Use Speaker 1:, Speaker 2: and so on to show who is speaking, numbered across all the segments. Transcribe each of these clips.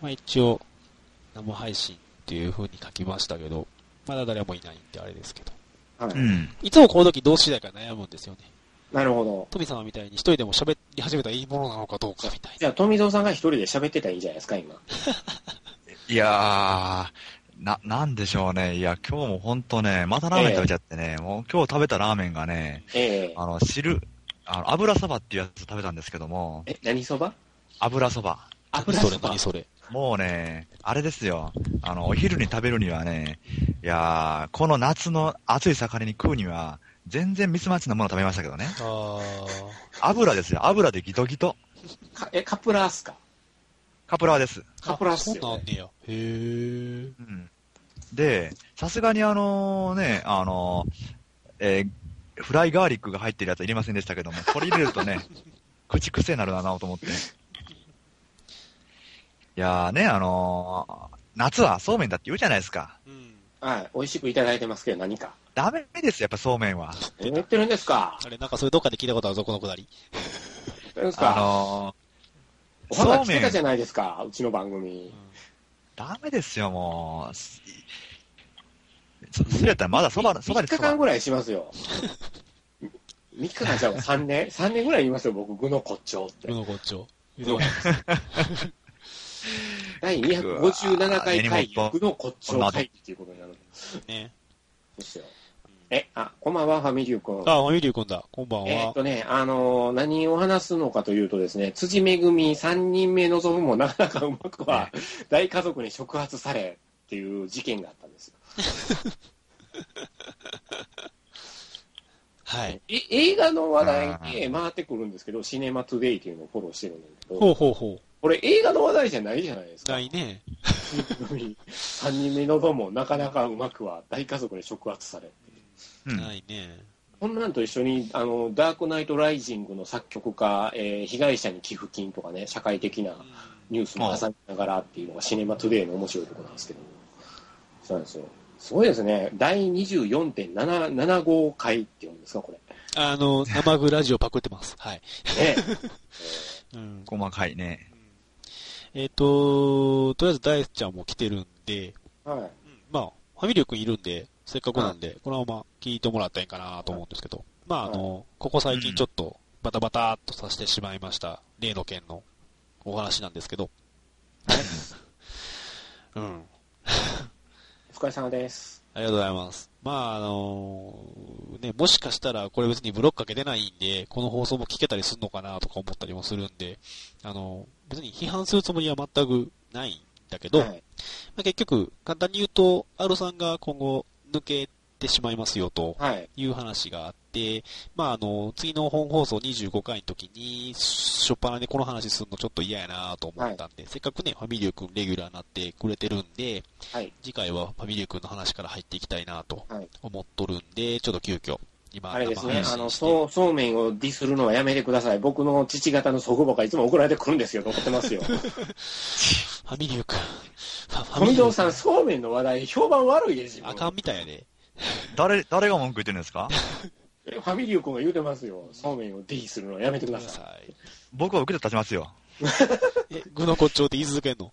Speaker 1: まあ一応、生配信っていう風に書きましたけど、まだ誰もいないんであれですけど。
Speaker 2: はい。
Speaker 3: うん。
Speaker 1: いつもこの時どうしないか悩むんですよね。
Speaker 2: なるほど。
Speaker 1: 富様みたいに一人でも喋り始めたらいいものなのかどうかみたい
Speaker 2: じゃあ、富蔵さんが一人で喋ってたらいいんじゃないですか、今。
Speaker 3: いやー、な、なんでしょうね。いや、今日もほんとね、またラーメン食べちゃってね、もう今日食べたラーメンがね、
Speaker 2: ええ
Speaker 3: あの、汁、あの、油そばっていうやつ食べたんですけども、
Speaker 2: え、何そば
Speaker 3: 油そば。
Speaker 1: な。
Speaker 2: 油
Speaker 1: そ
Speaker 2: そ
Speaker 1: れ
Speaker 2: ば
Speaker 1: 何。それ。
Speaker 3: もうね、あれですよ。あの、お昼に食べるにはね、いやー、この夏の暑い盛りに食うには、全然ミスマッチなもの食べましたけどね。
Speaker 1: あ
Speaker 3: 油ですよ。油でギトギト。
Speaker 2: かえ、カプラースか。
Speaker 3: カプラーです。
Speaker 2: カプラース
Speaker 1: そう
Speaker 2: よ、
Speaker 1: なん
Speaker 2: ね。
Speaker 1: ねや。へー。
Speaker 3: うん。で、さすがにあのね、あのえーフライガーリックが入ってるやつは入れませんでしたけども、これ入れるとね、 口癖になるなと思って。いやーね、あの夏はそうめんだって言うじゃないですか。
Speaker 1: うん。
Speaker 2: はい。美味しくいただいてますけど、何か。
Speaker 3: ダメですよ、やっぱそうめ んは。
Speaker 2: 何言ってるんですか
Speaker 1: あれ、なんかそれどっかで聞いたことあるぞ、このくだり。
Speaker 2: 言ってるんです
Speaker 3: あ
Speaker 2: か
Speaker 3: の
Speaker 2: お
Speaker 3: そ
Speaker 2: はが
Speaker 3: う
Speaker 2: 来
Speaker 3: め
Speaker 2: て
Speaker 3: ん
Speaker 2: たじゃないですか、うちの番組。
Speaker 3: ダメですよ、もう。すそ、それやったらまだそば、そば
Speaker 2: 3
Speaker 3: で
Speaker 2: 日
Speaker 3: そ
Speaker 2: 間
Speaker 3: ば。
Speaker 2: ぐらいしますよ。3日間じゃうわ3年 ?3 年ぐらい言いますよ、僕、具の骨頂って
Speaker 1: う。のこっちょ。
Speaker 2: 第257回会議
Speaker 3: うわー
Speaker 2: 具の骨頂会議っていうことになるんで
Speaker 1: ね。
Speaker 2: すよ。え、あ、こんばんは、ファミリュー君。
Speaker 1: あ、ファミリー君だ。こんばん
Speaker 2: えーっ
Speaker 1: は。
Speaker 2: とね、あのー何を話すのかというとですね、辻めぐみ3人目望むもなかなかうまくは、大家族に触発されっていう事件があったんですよ。
Speaker 1: はい。
Speaker 2: え映画の話題で回ってくるんですけど、シネマトゥデイっていうのをフォローしてるんだけ
Speaker 1: ほ
Speaker 2: ど、
Speaker 1: うほうほ
Speaker 2: これ映画の話題じゃないじゃないです
Speaker 1: う。
Speaker 2: か。
Speaker 1: ないね。
Speaker 2: 3人目のどもなかなかうまくは大家族に触発され。
Speaker 3: うん
Speaker 1: ないね。
Speaker 2: こんなんと一緒に、あの、ダークナイトライジングの作曲家、えー被害者に寄付金とかね、社会的なニュースも挟みながらっていうのがシネマトゥデイの面白いところなんですけどそうなんですよ。すごいですね。第24.75回って読うんですか、これ。
Speaker 1: あの、生グラジオパクってます。はい。
Speaker 2: ね。
Speaker 1: うん。
Speaker 3: 細かいね。
Speaker 1: えっ、と、とりあえず大ちゃんも来てるんで、
Speaker 2: はい。
Speaker 1: まあ、ファミリー君いるんで、せっかくなんで、このまま聞いてもらったらいいかなと思うんですけど、まあ、あの、ここ最近ちょっと、バタバタっとさせてしまいました、例の件のお話なんですけど、うん。
Speaker 2: お疲れ様です。
Speaker 1: ありがとうございます。まあ、あのね、もしかしたらこれ別にブロックかけてないんで、この放送も聞けたりするのかなとか思ったりもするんで、あの別に批判するつもりは全くないんだけど、
Speaker 2: はい。
Speaker 1: まあ、結局、簡単に言うと、R さんが今後抜けてしまいますよと
Speaker 2: はい。
Speaker 1: いう話があって、まあ、あの、次の本放送25回の時に、初っ端でこの話するのちょっと嫌やなと思ったんで、せっかくね、ファミリュー君レギュラーになってくれてるんで、
Speaker 2: はい。
Speaker 1: 次回はファミリー君の話から入っていきたいなと
Speaker 2: はい
Speaker 1: 思っとるんで、ちょっと急遽、今、
Speaker 2: あれです
Speaker 1: 生
Speaker 2: ね
Speaker 1: 配、信
Speaker 2: あの、
Speaker 1: して
Speaker 2: そう、そうめんをディスるのはやめてください。僕の父方の祖父母がいつも怒られてくるんですよ。怒ってますよ。
Speaker 1: ファミリー君、 ファファミ
Speaker 2: 富
Speaker 1: リー
Speaker 2: 蔵
Speaker 1: 君
Speaker 2: さん、そうめんの話題、評判悪いですよ。
Speaker 1: あかんみたいやで。
Speaker 3: 誰、誰が文句言ってるんですか
Speaker 2: えファミリー君が言うてますよ。そうめんをディスるのはやめてく
Speaker 1: く
Speaker 2: だ
Speaker 1: だ
Speaker 2: さ
Speaker 1: さい。
Speaker 3: 僕は受けて立ちますよ。
Speaker 1: え、具の骨頂って言い続けんの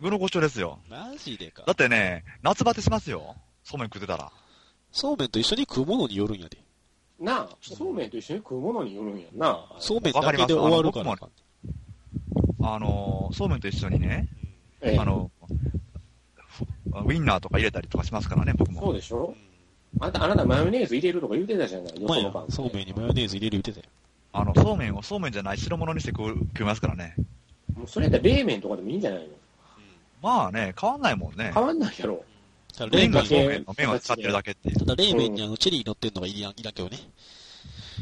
Speaker 3: 具のごちそうですよ。
Speaker 1: マジでか
Speaker 3: だっ。てね、夏バテしますよ。そうめん食ってたら。
Speaker 1: そうめんと一緒に食うものによるんやで。
Speaker 2: い。なあ、そうめんと一緒に食うものによるんやんな。
Speaker 1: そうめんだけで終わるから
Speaker 3: わかあのー、そうめんと一緒にね、
Speaker 2: ええ
Speaker 3: あの、ふウインナーとか入れたりとかしますからね、僕
Speaker 2: そう
Speaker 3: も。
Speaker 2: でしょあんた、あなたマヨネーズ入れるとか言うてたじゃない、
Speaker 1: ま
Speaker 2: よそ
Speaker 1: あ
Speaker 2: の
Speaker 1: や
Speaker 2: 番、組
Speaker 1: そうめんにマヨネーズ入れる言うてたよ。
Speaker 3: あの、そうめんをそうめんじゃない白物にして食う食いますからね。
Speaker 2: もうそれやったら冷麺とかでもいいんじゃないの
Speaker 3: まあね、変わんないもんね。
Speaker 2: 変わんないやろ。
Speaker 1: ただ
Speaker 3: ウイ
Speaker 1: 冷麺
Speaker 3: ンが
Speaker 2: だ
Speaker 3: そう
Speaker 2: け
Speaker 3: めんの麺を使ってるだけっていう。
Speaker 1: ただ冷麺にあのチェリー乗ってんのがいらんいらんけどね。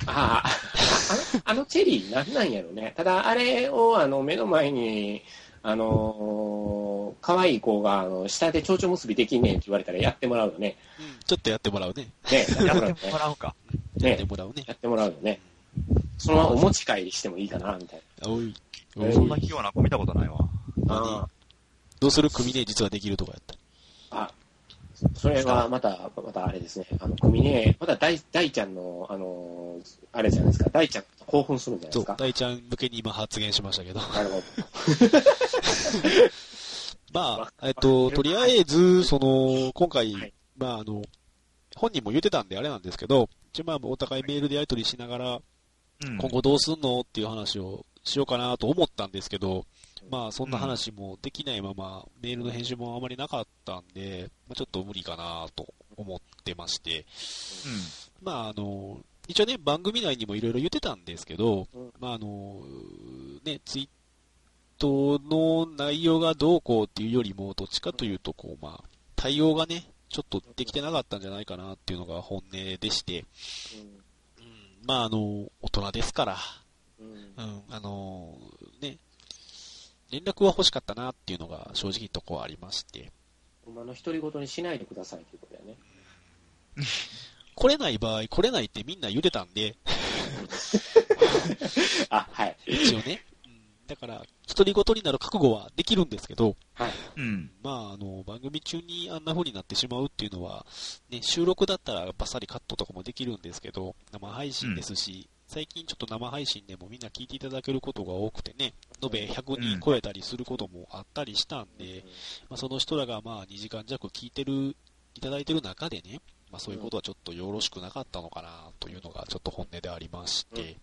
Speaker 2: ああ、あのあのチェリーなんなんやろね。ただ、あれをあの目の前に、あのー、可愛い子が、あの、下で蝶々結びできんねんって言われたらやってもらうよね。
Speaker 1: ちょっとやってもらうね。
Speaker 2: ね、
Speaker 3: や
Speaker 2: やってもらうよ
Speaker 3: ってもらうか。
Speaker 1: やっ
Speaker 2: ね。
Speaker 1: て
Speaker 2: ね
Speaker 1: もらうね。
Speaker 2: やってもらうよね。そのままお持ち帰りしてもいいかな、みたい
Speaker 1: おい。お。
Speaker 2: え
Speaker 3: そんない器用な子見たことないわ。
Speaker 2: な。
Speaker 1: 何
Speaker 2: あ
Speaker 1: どうする組ね実はできるとかやったら。
Speaker 2: あ、それはまた、またあれですね。あの、組ね、また大、大ちゃんの、あのー、あれじゃないですか。大ちゃん興奮するんじゃないで
Speaker 1: そう
Speaker 2: すか。。
Speaker 1: 大ちゃん向けに今発言しましたけど。
Speaker 2: なるほど。
Speaker 1: ま
Speaker 2: わ
Speaker 1: あ、えっと、とりあえず、その、今
Speaker 2: は
Speaker 1: 回
Speaker 2: い、
Speaker 1: まあ、あの、本人も言ってたんであれなんですけど、一応まあ、お互いメールでやり取りしながら、
Speaker 3: うん
Speaker 1: 今後どうすんのっていう話をしようかなと思ったんですけど、まあ、そんな
Speaker 3: うん
Speaker 1: 話もできないまま、メールの返信もあまりなかったんで、まあ、ちょっと無理かなと思ってまして、まあ、あの、一応ね、番組内にもいろいろ言ってたんですけど、
Speaker 2: うん
Speaker 1: まあ、あの、ね、ツイートの内容がどうこうっていうよりも、どっちかというと、こう、まあ、対応がね、ちょっとできてなかったんじゃないかなっていうのが本音でして、うん、まあ、あの、大人ですから、
Speaker 2: うんうん
Speaker 1: うん、あの、ね、連絡は欲しかったなっていうのが正直とこはありまして、
Speaker 2: ほんまの独り言にしないでくださいということやね。
Speaker 1: 来れない場合、来れないってみんな言ってたんで、
Speaker 2: あ、はい。
Speaker 1: 一応ね。うんだから、独り言になる覚悟はできるんですけど、
Speaker 2: はい。
Speaker 3: うん。うん。
Speaker 1: まあ、あの、番組中にあんな風になってしまうっていうのは、ね、収録だったらバッサリカットとかもできるんですけど、生配信ですし、最近ちょっと生配信でもみんな聞いていただけることが多くてね、延べ100人超えたりすることもあったりしたんで、まあ、その人らがまあ2時間弱聞いてる、いただいてる中でね、まあ、そういうことはちょっとよろしくなかったのかなというのがちょっと本音でありまして、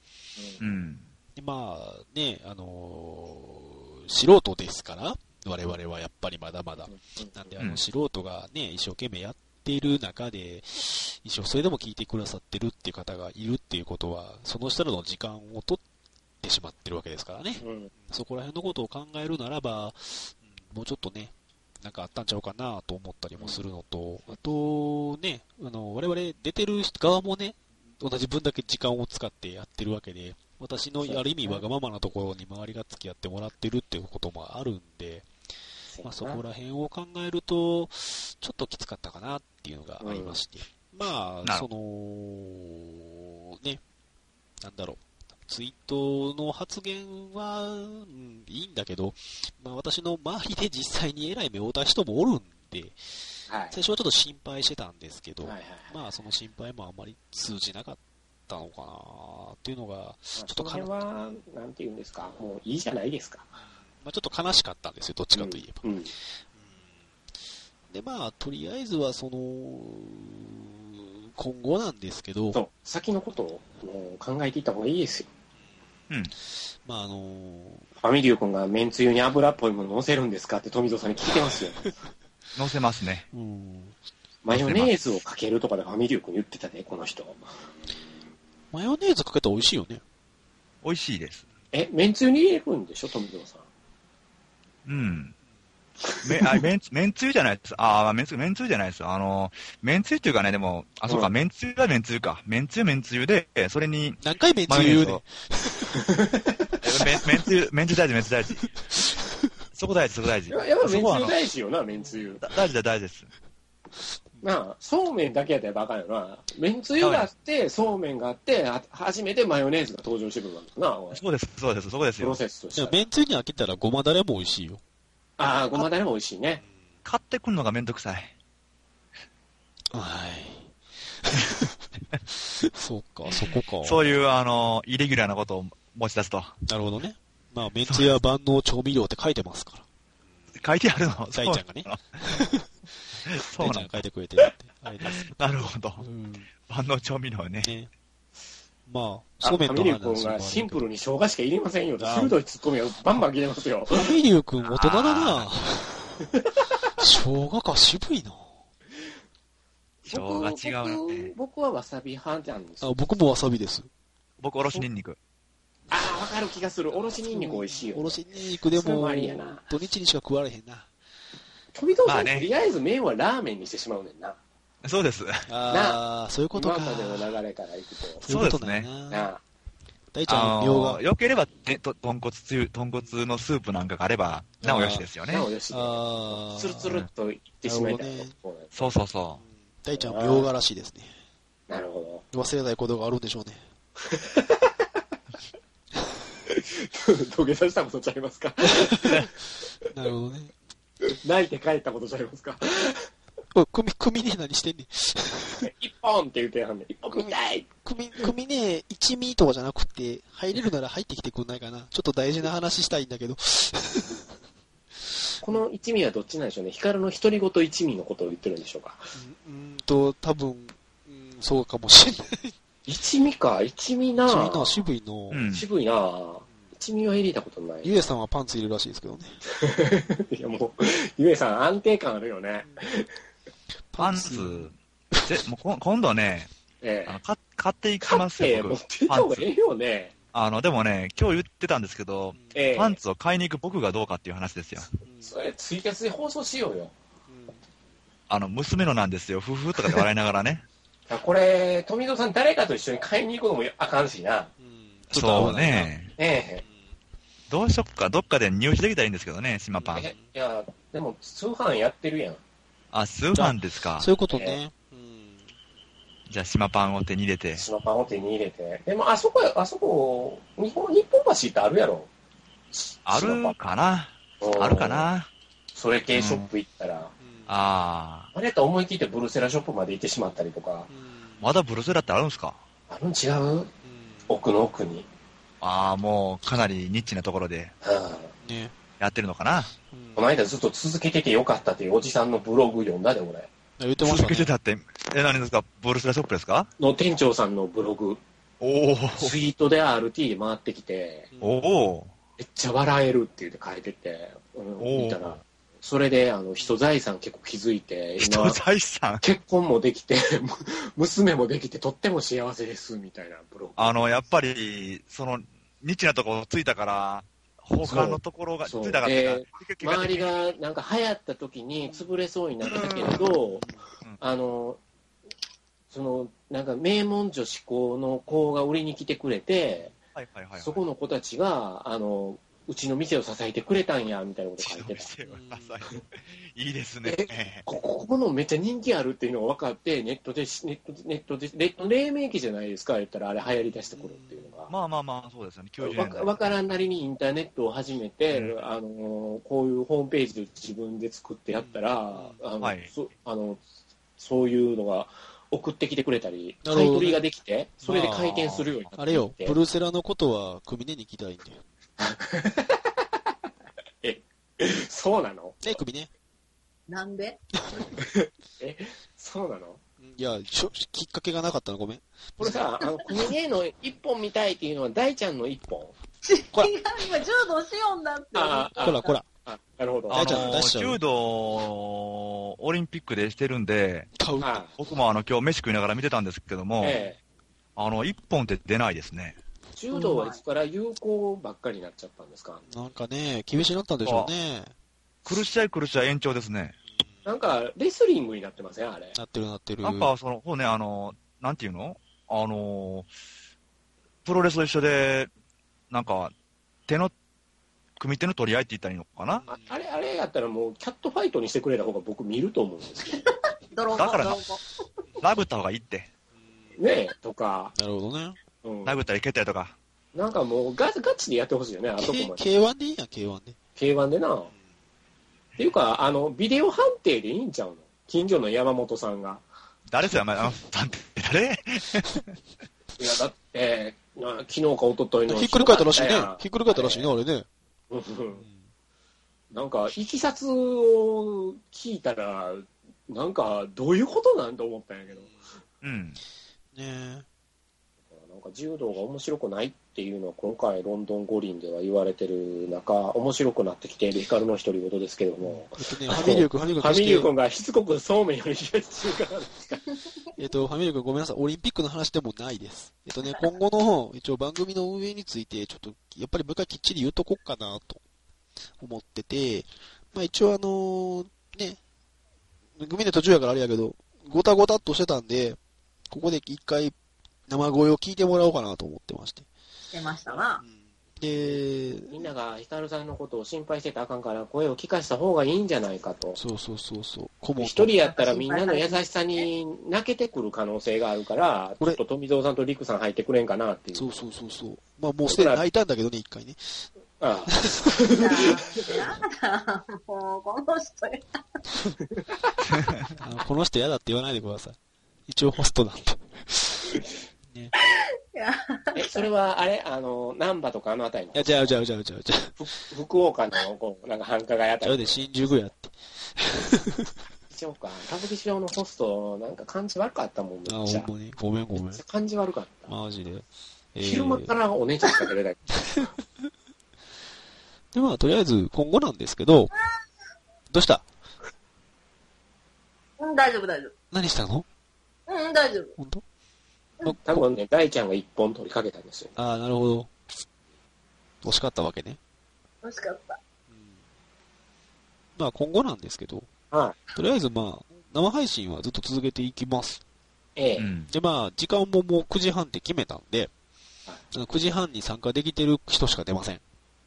Speaker 2: う
Speaker 3: う
Speaker 2: ん
Speaker 3: ん。
Speaker 1: でまあね、あのー素人ですから、我々はやっぱりまだまだ。なんで、あ
Speaker 3: う
Speaker 1: の、
Speaker 3: ん
Speaker 1: 素人がね、一生懸命やっている中で、一生それでも聞いてくださってるっていう方がいるっていうことは、その人らの時間を取ってしまってるわけですからね。
Speaker 2: うん
Speaker 1: そこら辺のことを考えるならば、うんもうちょっとね、なんかあったんちゃうかなと思ったりもするのと、あとね、あの、我々出てる側もね、同じ分だけ時間を使ってやってるわけで、私の
Speaker 2: そうですね
Speaker 1: ある意味わがままなところに周りが付き合ってもらってるっていうこともあるんで、まあ、そこら辺を考えると、ちょっときつかったかなっていうのがありまして、まあ、
Speaker 3: なる
Speaker 1: その、ね、なんだろう、ツイートの発言は、うんいいんだけど、まあ、私の周りで実際に偉い目を負った人もおるんで、
Speaker 2: はい。
Speaker 1: 最初はちょっと心配してたんですけど、
Speaker 2: はいはいはい
Speaker 1: まあ、その心配もあまり通じなかったのかなっていうのが、ちょっ
Speaker 2: そ
Speaker 1: と
Speaker 2: の
Speaker 1: かな、
Speaker 2: 辺
Speaker 1: ま
Speaker 2: は、なんて言うんですか、もういいじゃないですか。
Speaker 1: あ、ちょっと悲しかったんですよ、どっちかといえば。
Speaker 2: うん。
Speaker 1: で、まあ、とりあえずは、その、今後なんですけど、
Speaker 2: そう、先のことをもう考えていった方がいいですよ。
Speaker 1: まあ、あの、
Speaker 2: ファミリュー君がめんつゆに油っぽいもの乗せるんですかって富蔵さんに聞い てますよ。
Speaker 3: 載せますね。
Speaker 1: うん、
Speaker 2: マヨネーズをかけるとかでファミリュー君言ってたね、この人。
Speaker 1: マヨネーズかけたら美味しいよね。
Speaker 3: 美味しいです。
Speaker 2: え、めんつゆに入れるんでしょ、富蔵さん。
Speaker 3: うん。め、あ、めんつ、めんつゆじゃないです。あー、めんつゆ、めんつゆじゃないです。あの、めんつゆっていうかね、でも、あ、そうか、
Speaker 2: うん
Speaker 3: めんつゆはめんつゆか。めんつゆ、めんつゆで、それに、
Speaker 1: 何回めんつ
Speaker 3: マヨネ
Speaker 1: ゆ言
Speaker 3: ー
Speaker 1: う
Speaker 3: ズ
Speaker 1: ねん
Speaker 3: を。めん、めんつゆ、めんつゆ大事、めんつゆ大事。そこ大事、そこ大事。
Speaker 2: いや、やっぱめんつ
Speaker 3: そ
Speaker 2: ゆ
Speaker 3: こはあの、
Speaker 2: 大事よな、めんつゆ。
Speaker 3: だ大事だ、大事です。
Speaker 2: なあ、そうめんだけやったらバカよな。めんつゆがあって、そうめんがあって、あ初めてマヨネーズが登場してくるわけだな、おい
Speaker 3: そうです、そうです、そこです
Speaker 2: プロ
Speaker 3: よ。
Speaker 2: セスとし
Speaker 1: で
Speaker 2: て
Speaker 1: も。めんつゆに開けたらごまだれも美味しいよ。
Speaker 2: ああ、ごまだれも美味しいね。
Speaker 3: 買ってくんのがめんどくさい。
Speaker 1: はい。 そうか、そこか。
Speaker 3: そういう、あの、イレギュラーなことを持ち出すと。
Speaker 1: なるほどね。まあ、めんつゆは万能調味料って書いてますから。
Speaker 3: 書いてあるの。
Speaker 1: 大ちゃんがね。
Speaker 3: そ
Speaker 1: 大ちゃ
Speaker 3: うなんの
Speaker 1: が。書いてくれてるって。あれですけ
Speaker 3: なるほど。
Speaker 1: ど。うん。
Speaker 3: 万能調味料ね。
Speaker 1: ね。まあ、
Speaker 2: あ
Speaker 1: そう
Speaker 2: フ
Speaker 1: めん
Speaker 2: ァ
Speaker 1: と
Speaker 2: ミリー
Speaker 1: も
Speaker 2: 君
Speaker 1: ある
Speaker 2: が
Speaker 1: けど
Speaker 2: シンプルに生姜しか入れませんよと。
Speaker 1: ああ
Speaker 2: 鋭いツッコミをバンバン切れますよ。
Speaker 1: ファミリュー君大人だな 生姜か渋いな
Speaker 3: 生姜違うね
Speaker 2: 僕。僕はわさび派なんです
Speaker 1: あ
Speaker 2: よ。
Speaker 1: 僕もわさびです。
Speaker 3: 僕、おろしニンニク。
Speaker 2: ああ、わかる気がする。おろしにんにく美味しいよ。
Speaker 1: おろしにんにくで
Speaker 2: それ
Speaker 1: も
Speaker 2: もありやな、
Speaker 1: 土日にしか食われへんな。
Speaker 2: 飛び道具
Speaker 3: まあ
Speaker 2: さん、
Speaker 3: ね
Speaker 2: とりあえず麺はラーメンにしてしまうねんな。
Speaker 3: そうです。
Speaker 1: ああ、そういうこと
Speaker 2: 今
Speaker 1: か。
Speaker 2: までの流れからいくと。
Speaker 1: そういうことなんや
Speaker 3: そ
Speaker 1: な。
Speaker 2: なあ
Speaker 1: 大ちゃ
Speaker 3: あ
Speaker 1: ん、みょう
Speaker 3: の
Speaker 1: が
Speaker 3: ー、。よければ、でと、豚骨つゆ、豚骨のスープなんかがあれば、なおよしですよね
Speaker 2: な。およしで。
Speaker 1: ああ、
Speaker 2: ツルツルっといってしまいたい
Speaker 1: なる
Speaker 3: そうそうそ
Speaker 1: 大ちゃん、みょうがらしいですね。
Speaker 2: なるほ
Speaker 1: 忘れないことがあるんでしょうね。
Speaker 2: ど。 土下座したことちゃいますか
Speaker 1: なるほどね。
Speaker 2: 泣いて帰ったことちゃいますか
Speaker 1: おい、組、組ねえ何してんねん。
Speaker 2: 一本って言ってはんねん。一本みたい
Speaker 1: 組、組ねえ一味とかじゃなくて、入れるなら入ってきてくんないかな。ちょっと大事な話したいんだけど。
Speaker 2: この一味はどっちなんでしょうね。光の独り言一味のことを言ってるんでしょうか。
Speaker 1: うーんと、多分、うん、そうかもしれない。
Speaker 2: 一味か、一味な
Speaker 1: ちなみにな、渋いの、
Speaker 3: うん。
Speaker 2: 渋いな一味は入れたことない。
Speaker 1: ゆえさんはパンツいるらしいですけどね。
Speaker 2: いやもう、ゆえさん安定感あるよね。
Speaker 3: パンツ、ぜもうこ今度ね、
Speaker 2: え
Speaker 3: あ
Speaker 2: え
Speaker 3: のか買っていき
Speaker 2: 買
Speaker 3: ま
Speaker 2: っ
Speaker 3: す
Speaker 2: て
Speaker 3: よ、
Speaker 2: 持っ
Speaker 3: 僕。
Speaker 2: てった方がええよね。
Speaker 3: あの、でもね、今日言ってたんですけど、
Speaker 2: ええ
Speaker 3: パンツを買いに行く僕がどうかっていう話ですよ。
Speaker 1: うん
Speaker 2: それ、ツイキャスで放送しようよ。
Speaker 3: あの、娘のなんですよ、夫婦とかで笑いなが らね。
Speaker 2: これ、富蔵さん誰かと一緒に買いに行くのもあかんしな。
Speaker 1: うんちょっと合
Speaker 3: そ
Speaker 1: わ
Speaker 3: う
Speaker 1: ないな。
Speaker 3: ね。
Speaker 2: ね
Speaker 3: どうしよっか、どっかで入手できたらいいんですけどね、島パン。
Speaker 2: え。いや、でも、通販やってるやん。
Speaker 3: あ、通販ですか
Speaker 1: そう。いうことね。うん
Speaker 3: じゃあ、島パンを手に入れて。
Speaker 2: 島パンを手に入れて。でも、あそこ、あそこ、日本、日本橋ってあるやろ。
Speaker 3: あるかなあるかな
Speaker 2: それ系ショップ行ったら、
Speaker 1: うん
Speaker 3: あ
Speaker 2: あれやったら思い切ってブルセラショップまで行ってしまったりとか
Speaker 1: う、ん
Speaker 3: ー。まだブルセラってあるんですか
Speaker 2: あるん違う
Speaker 1: うん
Speaker 2: 奥の奥に。
Speaker 3: あー、もう、かなりニッチなところで
Speaker 2: はあ
Speaker 1: ね
Speaker 3: やってるのか
Speaker 1: う
Speaker 3: な
Speaker 1: ん
Speaker 2: この間ずっと続けててよかったっていうおじさんのブログ読んだで、俺。
Speaker 1: 言ってま
Speaker 3: 続け
Speaker 1: してたね。
Speaker 3: たって、え、何ですかブルセラショップですか
Speaker 2: の店長さんのブログ、
Speaker 3: お
Speaker 2: ツ
Speaker 3: ー。
Speaker 2: イートで RT 回ってきて、
Speaker 3: おー。
Speaker 2: めっちゃ笑えるって言って書いてて、うん
Speaker 3: おう
Speaker 2: 見たら、それで、あの、人財産結構気づいて、
Speaker 3: 人
Speaker 2: 今、
Speaker 3: 財産。
Speaker 2: 結婚もできて、 む娘もできて、とっても幸せです、みたいなブログ。
Speaker 3: あの、やっぱり、その、ニッチなところついたから、他のところが、つ
Speaker 2: そう
Speaker 3: いたからっていうか、
Speaker 2: 周り
Speaker 3: 結
Speaker 2: がなんか流行った時に潰れそうになったけれど、あの、その、なんか名門女子校の子が売りに来てくれて、
Speaker 3: はいはいはいはい。
Speaker 2: そこの子たちが、あの、うちの店を支えてくれたんや、みたいなこと書いてた。
Speaker 3: いいですね。
Speaker 2: ここここのめっちゃ人気あるっていうのが分かって、ネットでし、ネットで、ネットで、レ黎明期じゃないですか、言ったらあれ流行り出してくるっていうのが。
Speaker 3: まあまあまあ、そうですよね。90
Speaker 2: わ
Speaker 3: 年
Speaker 2: か
Speaker 3: 代。
Speaker 2: わからんなりにインターネットを始めて、
Speaker 3: う
Speaker 2: あのこういうホームページで自分で作ってやったら、あの
Speaker 3: はい
Speaker 2: そあのそういうのが送ってきてくれたり、
Speaker 1: な
Speaker 2: 買
Speaker 1: るほどね
Speaker 2: い取りができて、それで回転するようになって
Speaker 1: あれよ、
Speaker 2: い
Speaker 1: ブ
Speaker 2: て
Speaker 1: ルセラのことは、クミネに聞きたいんで。
Speaker 2: そうなの
Speaker 1: ね、クミネ
Speaker 4: なんで
Speaker 2: そうなの
Speaker 1: いや、しょきっかけがなかったのごめん。
Speaker 2: これさ、あの、国芸の一本見たいっていうのは大ちゃんの一本。
Speaker 1: こら
Speaker 4: 違う、今、柔道しよんだって。
Speaker 2: ああ
Speaker 1: こらこら、
Speaker 2: あ、なるほど。
Speaker 1: あ
Speaker 3: あ
Speaker 1: じゃあ
Speaker 3: の
Speaker 1: 出しちゃう
Speaker 3: 柔道、オリンピックでしてるんで、
Speaker 1: 買うって。
Speaker 2: あ
Speaker 3: 僕もあの、今日飯食いながら見てたんですけども、
Speaker 2: ええ
Speaker 3: あの、一本って出ないですね。
Speaker 2: 柔道はいつから有効ばっかりになっちゃったんですか
Speaker 1: なんかね、厳しくなったんでしょうね。
Speaker 3: 苦し合い苦し合い延長ですね。
Speaker 2: なんか、レスリングになってませんあれ。
Speaker 1: なってるなってる。
Speaker 3: なんか、その、ほうね、あの、なんていうのあの、プロレスと一緒で、なんか、手の、組み手の取り合いって言ったらいいのかな
Speaker 2: ああれ、あれやったらもう、キャットファイトにしてくれた方が僕見ると思うんですよ。
Speaker 4: 泥棒、
Speaker 3: だから
Speaker 4: 泥棒。
Speaker 3: 殴った方がいいって。
Speaker 2: ねえ、とか、
Speaker 1: なるほどね。
Speaker 2: うん、
Speaker 3: 殴ったり蹴ったりとか。
Speaker 2: なんかもうガ、ガチでやってほしいよね、あそこまで。
Speaker 1: K- K1 でいいやん、K1 で。
Speaker 2: K1 でな。っていうか、あの、ビデオ判定でいいんちゃうの近所の山本さんが。
Speaker 3: 誰ですよ、お前あの、なんて、誰
Speaker 2: いや、だって、な昨日か一昨日の。
Speaker 1: ひっくり返ったらしいね
Speaker 2: ひどか。った
Speaker 1: ひっくり返ったらしいね、あれね。
Speaker 2: やんうんなんか、いきさつを聞いたら、なんか、どういうことなんと思ったんやけど。
Speaker 3: うん。
Speaker 1: ね
Speaker 2: なんか柔道が面白くないっていうのは今回ロンドン五輪では言われてる中面白くなってきている光の独り言ですけれども
Speaker 1: え。えっとね、ファミリュー君、ファミリュー
Speaker 2: ファミリュー
Speaker 1: 君
Speaker 2: 君がしつこくそうめんより冷やし中華なんですか
Speaker 1: えっと、ファミリー君ごめんなさい、オリンピックの話でもないです。えっとね、今後の、一応番組の運営について、ちょっと、やっぱりもう一回きっちり言うとこうかな、と思ってて、まあ一応あのね、組で途中やからあれやけど、ごたごたっとしてたんで、ここで一回、生声を聞いてもらおうかなと思ってまして。
Speaker 4: してましたな。
Speaker 1: で、
Speaker 2: みんなが光さんのことを心配してたらあかんから声を聞かした方がいいんじゃないかと。
Speaker 1: そうそうそうそう、顧問
Speaker 2: 一人やったらみんなの優しさに泣けてくる可能性があるから、ち
Speaker 1: こ
Speaker 2: ょ
Speaker 1: れ
Speaker 2: っと富蔵さんと陸さん入ってくれんかなっていう。
Speaker 1: そうそうそうそう。まあもうすでに泣いたんだけどね、一回ね。
Speaker 2: ああ
Speaker 4: いやなんだ、もう、この人、
Speaker 1: あのこの人嫌だって言わないでください。一応ホストなんで。
Speaker 2: え、それは、あれあの、難波とかあのあたりの
Speaker 1: いや、じゃあ、じゃあ、じゃあ、じゃあ、じゃあ、
Speaker 2: ふ福岡の、こう、なんか繁華街あ
Speaker 1: ち
Speaker 2: たり
Speaker 1: ゃ
Speaker 2: の
Speaker 1: うで、新宿やって。
Speaker 2: そうか、歌舞伎町のホスト、なんか感じ悪かったもん、めっ
Speaker 1: あ、
Speaker 2: ちゃ。
Speaker 1: ほんまに。ごめん、ごめん。
Speaker 2: 感じ悪かった。
Speaker 1: マジで。えー
Speaker 2: 昼間からお姉ちゃんしか出れない。
Speaker 1: で、まあ、とりあえず、今後なんですけど、どうした
Speaker 4: うん、大丈夫、大丈
Speaker 1: 何したの
Speaker 4: 夫。うん、大丈夫。
Speaker 1: 本当ま
Speaker 2: 多分ね、大ちゃんが一本取りかけたんですよ。
Speaker 1: ああ、なるほど。惜しかったわけね。
Speaker 4: 惜しかった。
Speaker 1: まあ、今後なんですけど、
Speaker 2: は
Speaker 1: とりあえず、まあ、生配信はずっと続けていきます。
Speaker 2: い。ええ。
Speaker 3: うん。
Speaker 1: で、まあ、時間ももう9時半って決めたんで、あの9時半に参加できてる人しか出ません。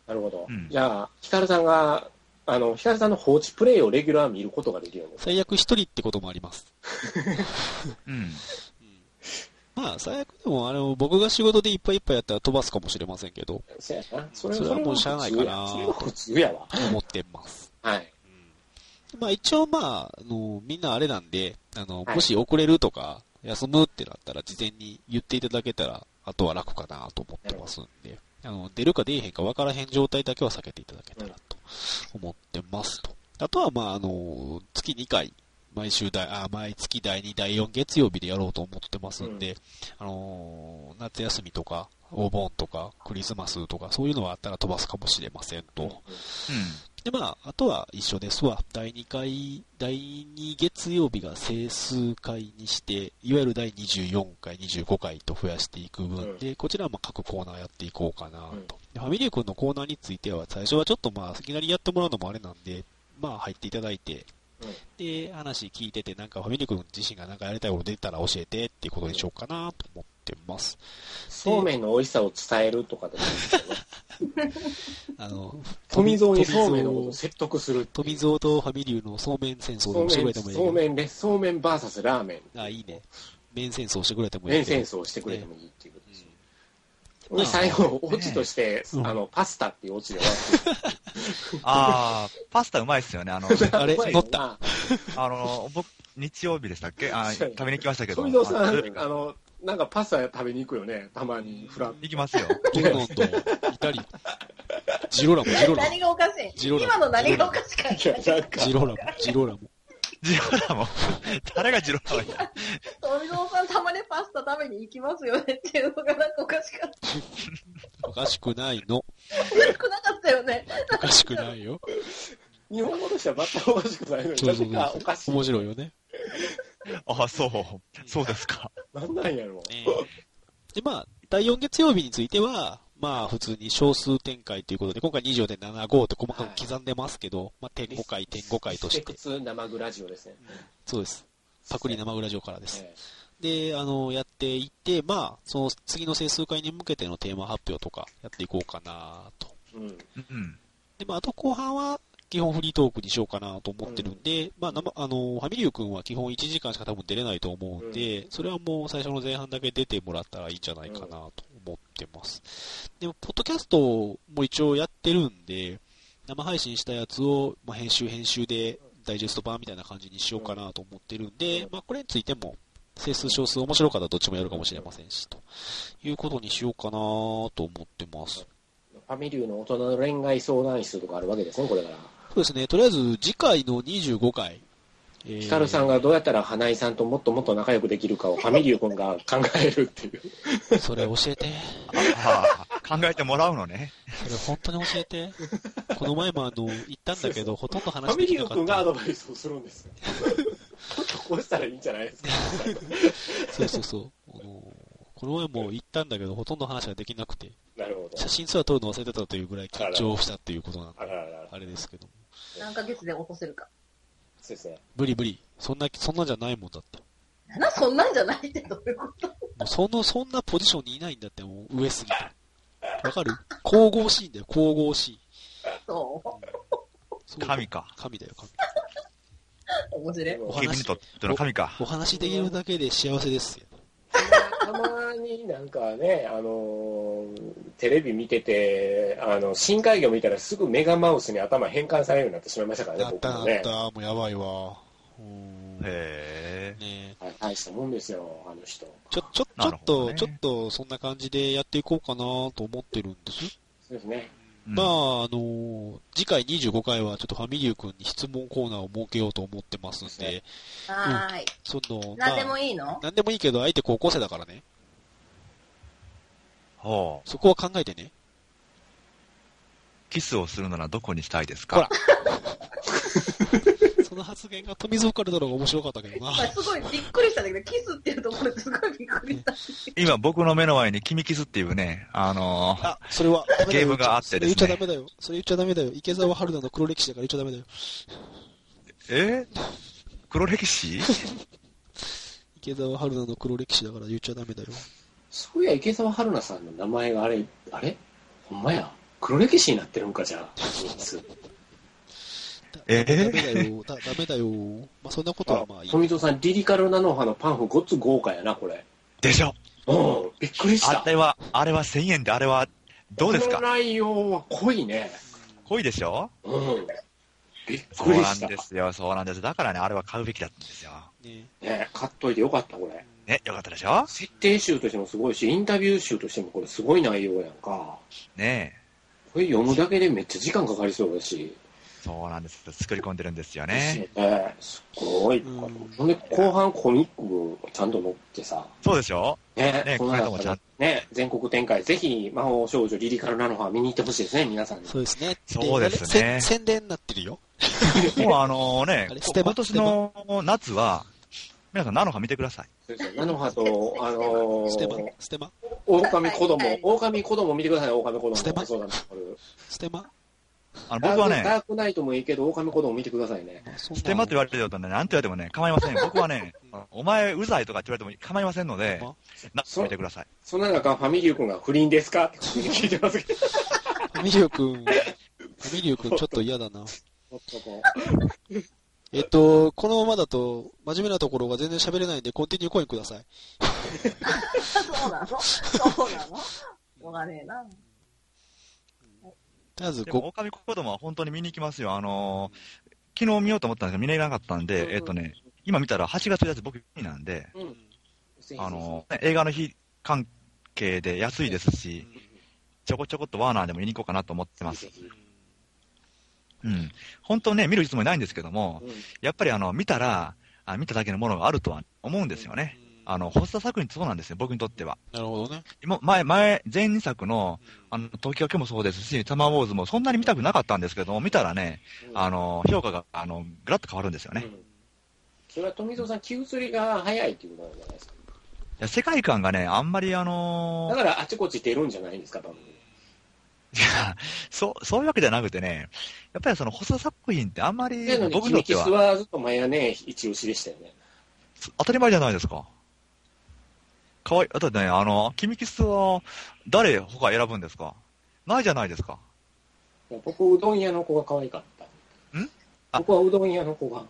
Speaker 2: なるほど。
Speaker 3: うん
Speaker 2: じゃあ、ヒカルさんが、あの、ヒカルさんの放置プレイをレギュラー見ることができるんです。
Speaker 1: 最悪1人ってこともあります。
Speaker 3: うん。
Speaker 1: まあ、最悪でも、あの、僕が仕事でいっぱいいっぱいやったら飛ばすかもしれませんけど、
Speaker 2: そやな。それ
Speaker 1: それはもうしゃあないかな
Speaker 2: それは普通やわ。
Speaker 1: 思ってます。
Speaker 2: はい。
Speaker 1: まあ一応まあ、あの、みんなあれなんで、あの、
Speaker 2: はい
Speaker 1: もし遅れるとか、休むってなったら事前に言っていただけたら、あとは楽かなと思ってますんで、あの、出るか出えへんか分からへん状態だけは避けていただけたらと思ってますと。あとはまあ、あの、月2回、毎週第、あ、毎月第2、第4月曜日でやろうと思ってますんで、あのー夏休みとか、お盆とか、クリスマスとか、そういうのはあったら飛ばすかもしれませんと。で、まあ、あとは一緒ですわ。第2回、第2月曜日が整数回にして、いわゆる第24回、25回と増やしていく分で、こちらはまあ各コーナーやっていこうかなと。でファミリー君のコーナーについては、最初はちょっとまあ、いきなりやってもらうのもあれなんで、まあ、入っていただいて、
Speaker 2: うん
Speaker 1: で、話聞いてて、なんかファミリー君自身がなんかやりたいこと出たら教えてっていうことにしようかなと思ってます。
Speaker 2: そうめんの美味しさを伝えると かでもいいですけど、
Speaker 1: あの、
Speaker 2: 富蔵に
Speaker 1: 富蔵
Speaker 2: そうめんのことを説得する。
Speaker 1: 富蔵とファミリーのそうめん戦争
Speaker 2: そ
Speaker 1: を
Speaker 2: う
Speaker 1: してく
Speaker 2: め
Speaker 1: れて
Speaker 2: ん、
Speaker 1: もいいけ
Speaker 2: そ
Speaker 1: ど
Speaker 2: うめんレ、そうめんバーサスラーメン。
Speaker 1: あ、いいね。面戦争してくれてもいい。
Speaker 2: 連戦争をしてくれてもいいっていうことですよ。
Speaker 1: うん
Speaker 2: で最後、オチとして、
Speaker 1: うん
Speaker 2: あの、パスタっていうオチで終わって
Speaker 3: あー、パスタうまいっす よね。あの、
Speaker 1: あれ
Speaker 2: うまい
Speaker 1: 乗った
Speaker 2: な
Speaker 3: あの、僕、日曜日でしたっけあー食べに来ましたけど。
Speaker 2: 富蔵さ
Speaker 3: あ
Speaker 2: ん、あの、なんかパスタ食べに行くよね、たまに、フラン
Speaker 3: 行きますよ。
Speaker 1: ポルノンとイタリア。ジローラモ、ジローラ
Speaker 4: 何がおかしい
Speaker 1: ジローラ
Speaker 4: 今の何がおかしかっ
Speaker 2: いや、
Speaker 4: た
Speaker 2: なんか
Speaker 1: モ。、ジローラモ、ジローラモ。
Speaker 3: ジローラも。誰がジローラも
Speaker 4: 富蔵さんたまにパスタ食べに行きますよねっていうのがなんかおかしかった。
Speaker 1: おかしくないの。
Speaker 4: よくなかったよね。
Speaker 1: おかしくないよ。
Speaker 2: 日本語としては全くおかしくないのに、
Speaker 1: そうそ
Speaker 2: な
Speaker 1: う
Speaker 2: ぜ
Speaker 1: そう
Speaker 2: かおかしい。
Speaker 1: 面白いよね。
Speaker 3: ああ、そう。そうですか。
Speaker 2: なんなんやろ。
Speaker 1: で、まあ、第4月曜日については、まあ、普通に小数展開ということで、今回24.75って細かく刻んでますけど、まあ、点5回、点5回とし
Speaker 2: リスペ
Speaker 1: て
Speaker 2: ク。ツ生グラジオですね。
Speaker 1: そうです。パクリ生グラジオからです。
Speaker 2: え
Speaker 1: で、あの、やっていって、まあ、その次の整数回に向けてのテーマ発表とかやっていこうかなと。
Speaker 2: えうん。
Speaker 3: うん。
Speaker 1: で、まあ、あと後半は基本フリートークにしようかなと思ってるんで、まあ、生あの、ファミリュー君は基本1時間しか多分出れないと思うんで、それはもう最初の前半だけ出てもらったらいいんじゃないかなと思ってます。でも、ポッドキャストも一応やってるんで、生配信したやつを、まあ、編集編集でダイジェスト版みたいな感じにしようかなと思ってるんで、まあ、これについても、整数小数面白かったらどっちもやるかもしれませんし、ということにしようかなと思ってます。
Speaker 2: ファミリューの大人の恋愛相談室とかあるわけですね、これから。
Speaker 1: そうですね、とりあえず次回の25回。えー
Speaker 2: ヒカルさんがどうやったら花井さんともっともっと仲良くできるかをファミリュー君が考える っていう。
Speaker 1: それ教えて。
Speaker 3: ああ、考えてもらうのね。
Speaker 1: それ本当に教えて。この前もあの、言ったんだけど、ほとんど
Speaker 2: フ
Speaker 1: 話
Speaker 2: ァ
Speaker 1: で
Speaker 2: ミ
Speaker 1: き
Speaker 2: リ
Speaker 1: な
Speaker 2: ュー
Speaker 1: かっ
Speaker 2: 君がア
Speaker 1: た。
Speaker 2: ドバイスをするんですよ。こうしたらいいんじゃないですか。
Speaker 1: そうそうそう。あのこの前も言ったんだけど、ほとんど話ができなくて、
Speaker 2: なるほど。
Speaker 1: 写真すら撮るの忘れてたというぐらい緊張したっていうことなん
Speaker 2: あ
Speaker 1: で、
Speaker 2: ららら。
Speaker 1: あれですけど。
Speaker 4: 何ヶ月で起こせるか。
Speaker 2: そうですね。
Speaker 1: 無理無理。そんな、そんなんじゃないもんだって。
Speaker 4: な、そんなんじゃないってどういうこと
Speaker 1: もうその、そんなポジションにいないんだって、もう上すぎて。わかる神々しいんだよ、神々しい。
Speaker 4: そ
Speaker 1: そう
Speaker 3: 神か。
Speaker 1: 神だよ、神。
Speaker 4: う。面白い。
Speaker 1: お
Speaker 3: 君に
Speaker 1: 話
Speaker 3: とっての神か
Speaker 1: お。話できるだけで幸せですよ。
Speaker 2: たまになんかね、あのーテレビ見てて、あの、深海魚見たらすぐメガマウスに頭変換されるようになってしまいましたからね、
Speaker 1: なっ
Speaker 2: 僕
Speaker 1: た
Speaker 2: も
Speaker 1: なっ
Speaker 2: ね
Speaker 1: た、。もうやばいわ。うんね
Speaker 3: へえ。
Speaker 1: え
Speaker 2: はい大したもんですよ、あの人。
Speaker 1: ちょ、ちょ、ちょ
Speaker 3: なる
Speaker 1: っ
Speaker 3: ほど
Speaker 1: と、
Speaker 3: ね
Speaker 1: ちょっと、そんな感じでやっていこうかなと思ってるんです。
Speaker 2: そうですね。
Speaker 3: うん
Speaker 1: まあ、あのー次回25回はちょっとファミリュー君に質問コーナーを設けようと思ってますんで、
Speaker 4: はーい。
Speaker 1: その、
Speaker 4: 何でも
Speaker 1: いい。
Speaker 4: いいの
Speaker 1: 何でもいいけど、相手高校生だからね。
Speaker 3: ほう。
Speaker 1: そこは考えてね。
Speaker 3: キスをするならどこにしたいです
Speaker 1: ほ。
Speaker 3: から
Speaker 1: その発言が富蔵からだろうが面白かったけどな。
Speaker 4: まあすごいびっくりしたんだけど、キスっていうところですごいびっくりした。
Speaker 3: 今僕の目の前に君キスっていうね、あのー
Speaker 1: あ、それは、ダメだよ
Speaker 3: ゲームがあってですね
Speaker 1: それ言っちゃダメだよ。それ言っちゃダメだよ。池澤春菜の黒歴史だから言っちゃダメだよ。
Speaker 3: え黒歴史
Speaker 1: 池澤春菜の黒歴史だから言っちゃダメだよ。
Speaker 2: そういや、池澤春菜さんの名前があれ、あれほんまや。黒歴史になってるんか、じゃあ。
Speaker 1: だ
Speaker 3: え
Speaker 1: ダメだよ。だダメだよ。まあ、そんなことはまあいい。
Speaker 2: 富蔵さん、リリカル菜の葉のパンフ、ごっつ豪華やな、これ。
Speaker 3: でしょ
Speaker 2: うん、びっくりし
Speaker 3: あ
Speaker 2: た。
Speaker 3: れは、あれは1000円で、あれは、どうです
Speaker 2: こ
Speaker 3: か
Speaker 2: の内容は濃いね。
Speaker 3: 濃いでしょ
Speaker 2: うん。びっ
Speaker 3: そ
Speaker 2: く
Speaker 3: う
Speaker 2: り
Speaker 3: なん
Speaker 2: した。
Speaker 3: ですよ、そうなんです。だからね、あれは買うべきだったんですよ。
Speaker 1: ね
Speaker 2: ね、買っといてよかった、これ。
Speaker 3: ね、よかったでしょ
Speaker 2: 設定集としてもすごいし、インタビュー集としてもこれすごい内容やんか。
Speaker 3: ね
Speaker 2: これ読むだけでめっちゃ時間かかりそうだし。
Speaker 3: え。そうなんです。作り込んでるんですよね。
Speaker 2: ですよね。すっごい。
Speaker 1: うん
Speaker 2: ほんで、後半コミックちゃんと載ってさ。
Speaker 3: そうでしょ
Speaker 2: ね、
Speaker 3: ね
Speaker 2: この
Speaker 3: これも
Speaker 2: 中
Speaker 3: ちゃん
Speaker 2: で、ね、全国展開、ぜひ、魔法少女リリカルなのは見に行ってほしいですね、皆さんに。
Speaker 1: そうですね。
Speaker 3: そうですね
Speaker 1: あれせ宣伝になってるよ。
Speaker 3: もうあのね
Speaker 1: あれ、ステマ
Speaker 3: 今年の夏は、皆さん、菜の葉見てください。
Speaker 2: 菜の葉と、あの
Speaker 1: ステマ
Speaker 2: ー、、
Speaker 1: ステマ、
Speaker 2: 狼子供
Speaker 4: はい、
Speaker 2: 狼子供見てください、狼子
Speaker 1: ステマ
Speaker 2: 供。そうだね、これ
Speaker 1: ステマ。
Speaker 3: あの、僕は
Speaker 2: ダークダ
Speaker 3: ね、
Speaker 2: ークナイトもいいけど、狼子供見てくださいね。
Speaker 1: まあそんな
Speaker 3: ステマって言われてるとね、なんて言われてもね、構いません。僕はね、 お前うざいとかって言われても構いませんので、な見てください。
Speaker 2: そんな中、ファミリュー君が不倫ですかって聞いてます けど、
Speaker 1: ファミリュー君、ファミリュー君ちょっと嫌だな。
Speaker 2: ほっとこ
Speaker 1: えっと、このままだと、真面目なところが全然喋れないんで、コンティニューコインください。
Speaker 4: そうなのそうなのわかねえな。
Speaker 1: とりあえず
Speaker 3: でも、
Speaker 1: ご、
Speaker 3: 狼子供は本当に見に行きますよ。あのー昨日見ようと思ったんですけど、見れなかった
Speaker 2: う
Speaker 3: ん
Speaker 2: んうん
Speaker 3: で、えっとね、今見たら8月1日僕、休みなんで、
Speaker 2: う。うん
Speaker 3: あのーね映画の日関係で安いですし、ちょこちょこっとワーナーでも見に行こうかなと思ってます。うん。本当ね、見るつもりないんですけども、やっぱりあの、見たら、あ見ただけのものがあるとは思うんですよね。あの、ホスト作品ってそうなんですよ、僕にとっては。
Speaker 1: なるほどね。
Speaker 3: 今、前、前、前2作の、あの、東京家もそうですし、タマーウォーズもそんなに見たくなかったんですけども、見たらね、あ
Speaker 2: の
Speaker 3: の、評価が、あの、ぐらっと変わるんですよね。い
Speaker 2: それは富蔵さん、気移りが早いっていうことなんじゃないですか。
Speaker 3: や世界観がね、あんまりあ
Speaker 2: だ
Speaker 3: の
Speaker 2: から、あちこち出るんじゃないんですか、番組。
Speaker 3: いや、そう、そういうわけじゃなくてね、やっぱりその、ホスト作品ってあんまり
Speaker 2: で、の、
Speaker 3: 僕
Speaker 2: に君
Speaker 3: にとっ
Speaker 2: キ
Speaker 3: て
Speaker 2: ス
Speaker 3: は、
Speaker 2: はずっとマヤね、一押しでしたよね。
Speaker 3: 当たり前じゃないですか。かわいい。だってね、あの、君キスは、誰他選ぶんですかないじゃないですか。
Speaker 2: 僕、うどん屋の子が可愛かった。
Speaker 3: んあ
Speaker 2: 僕はうどん屋の子が。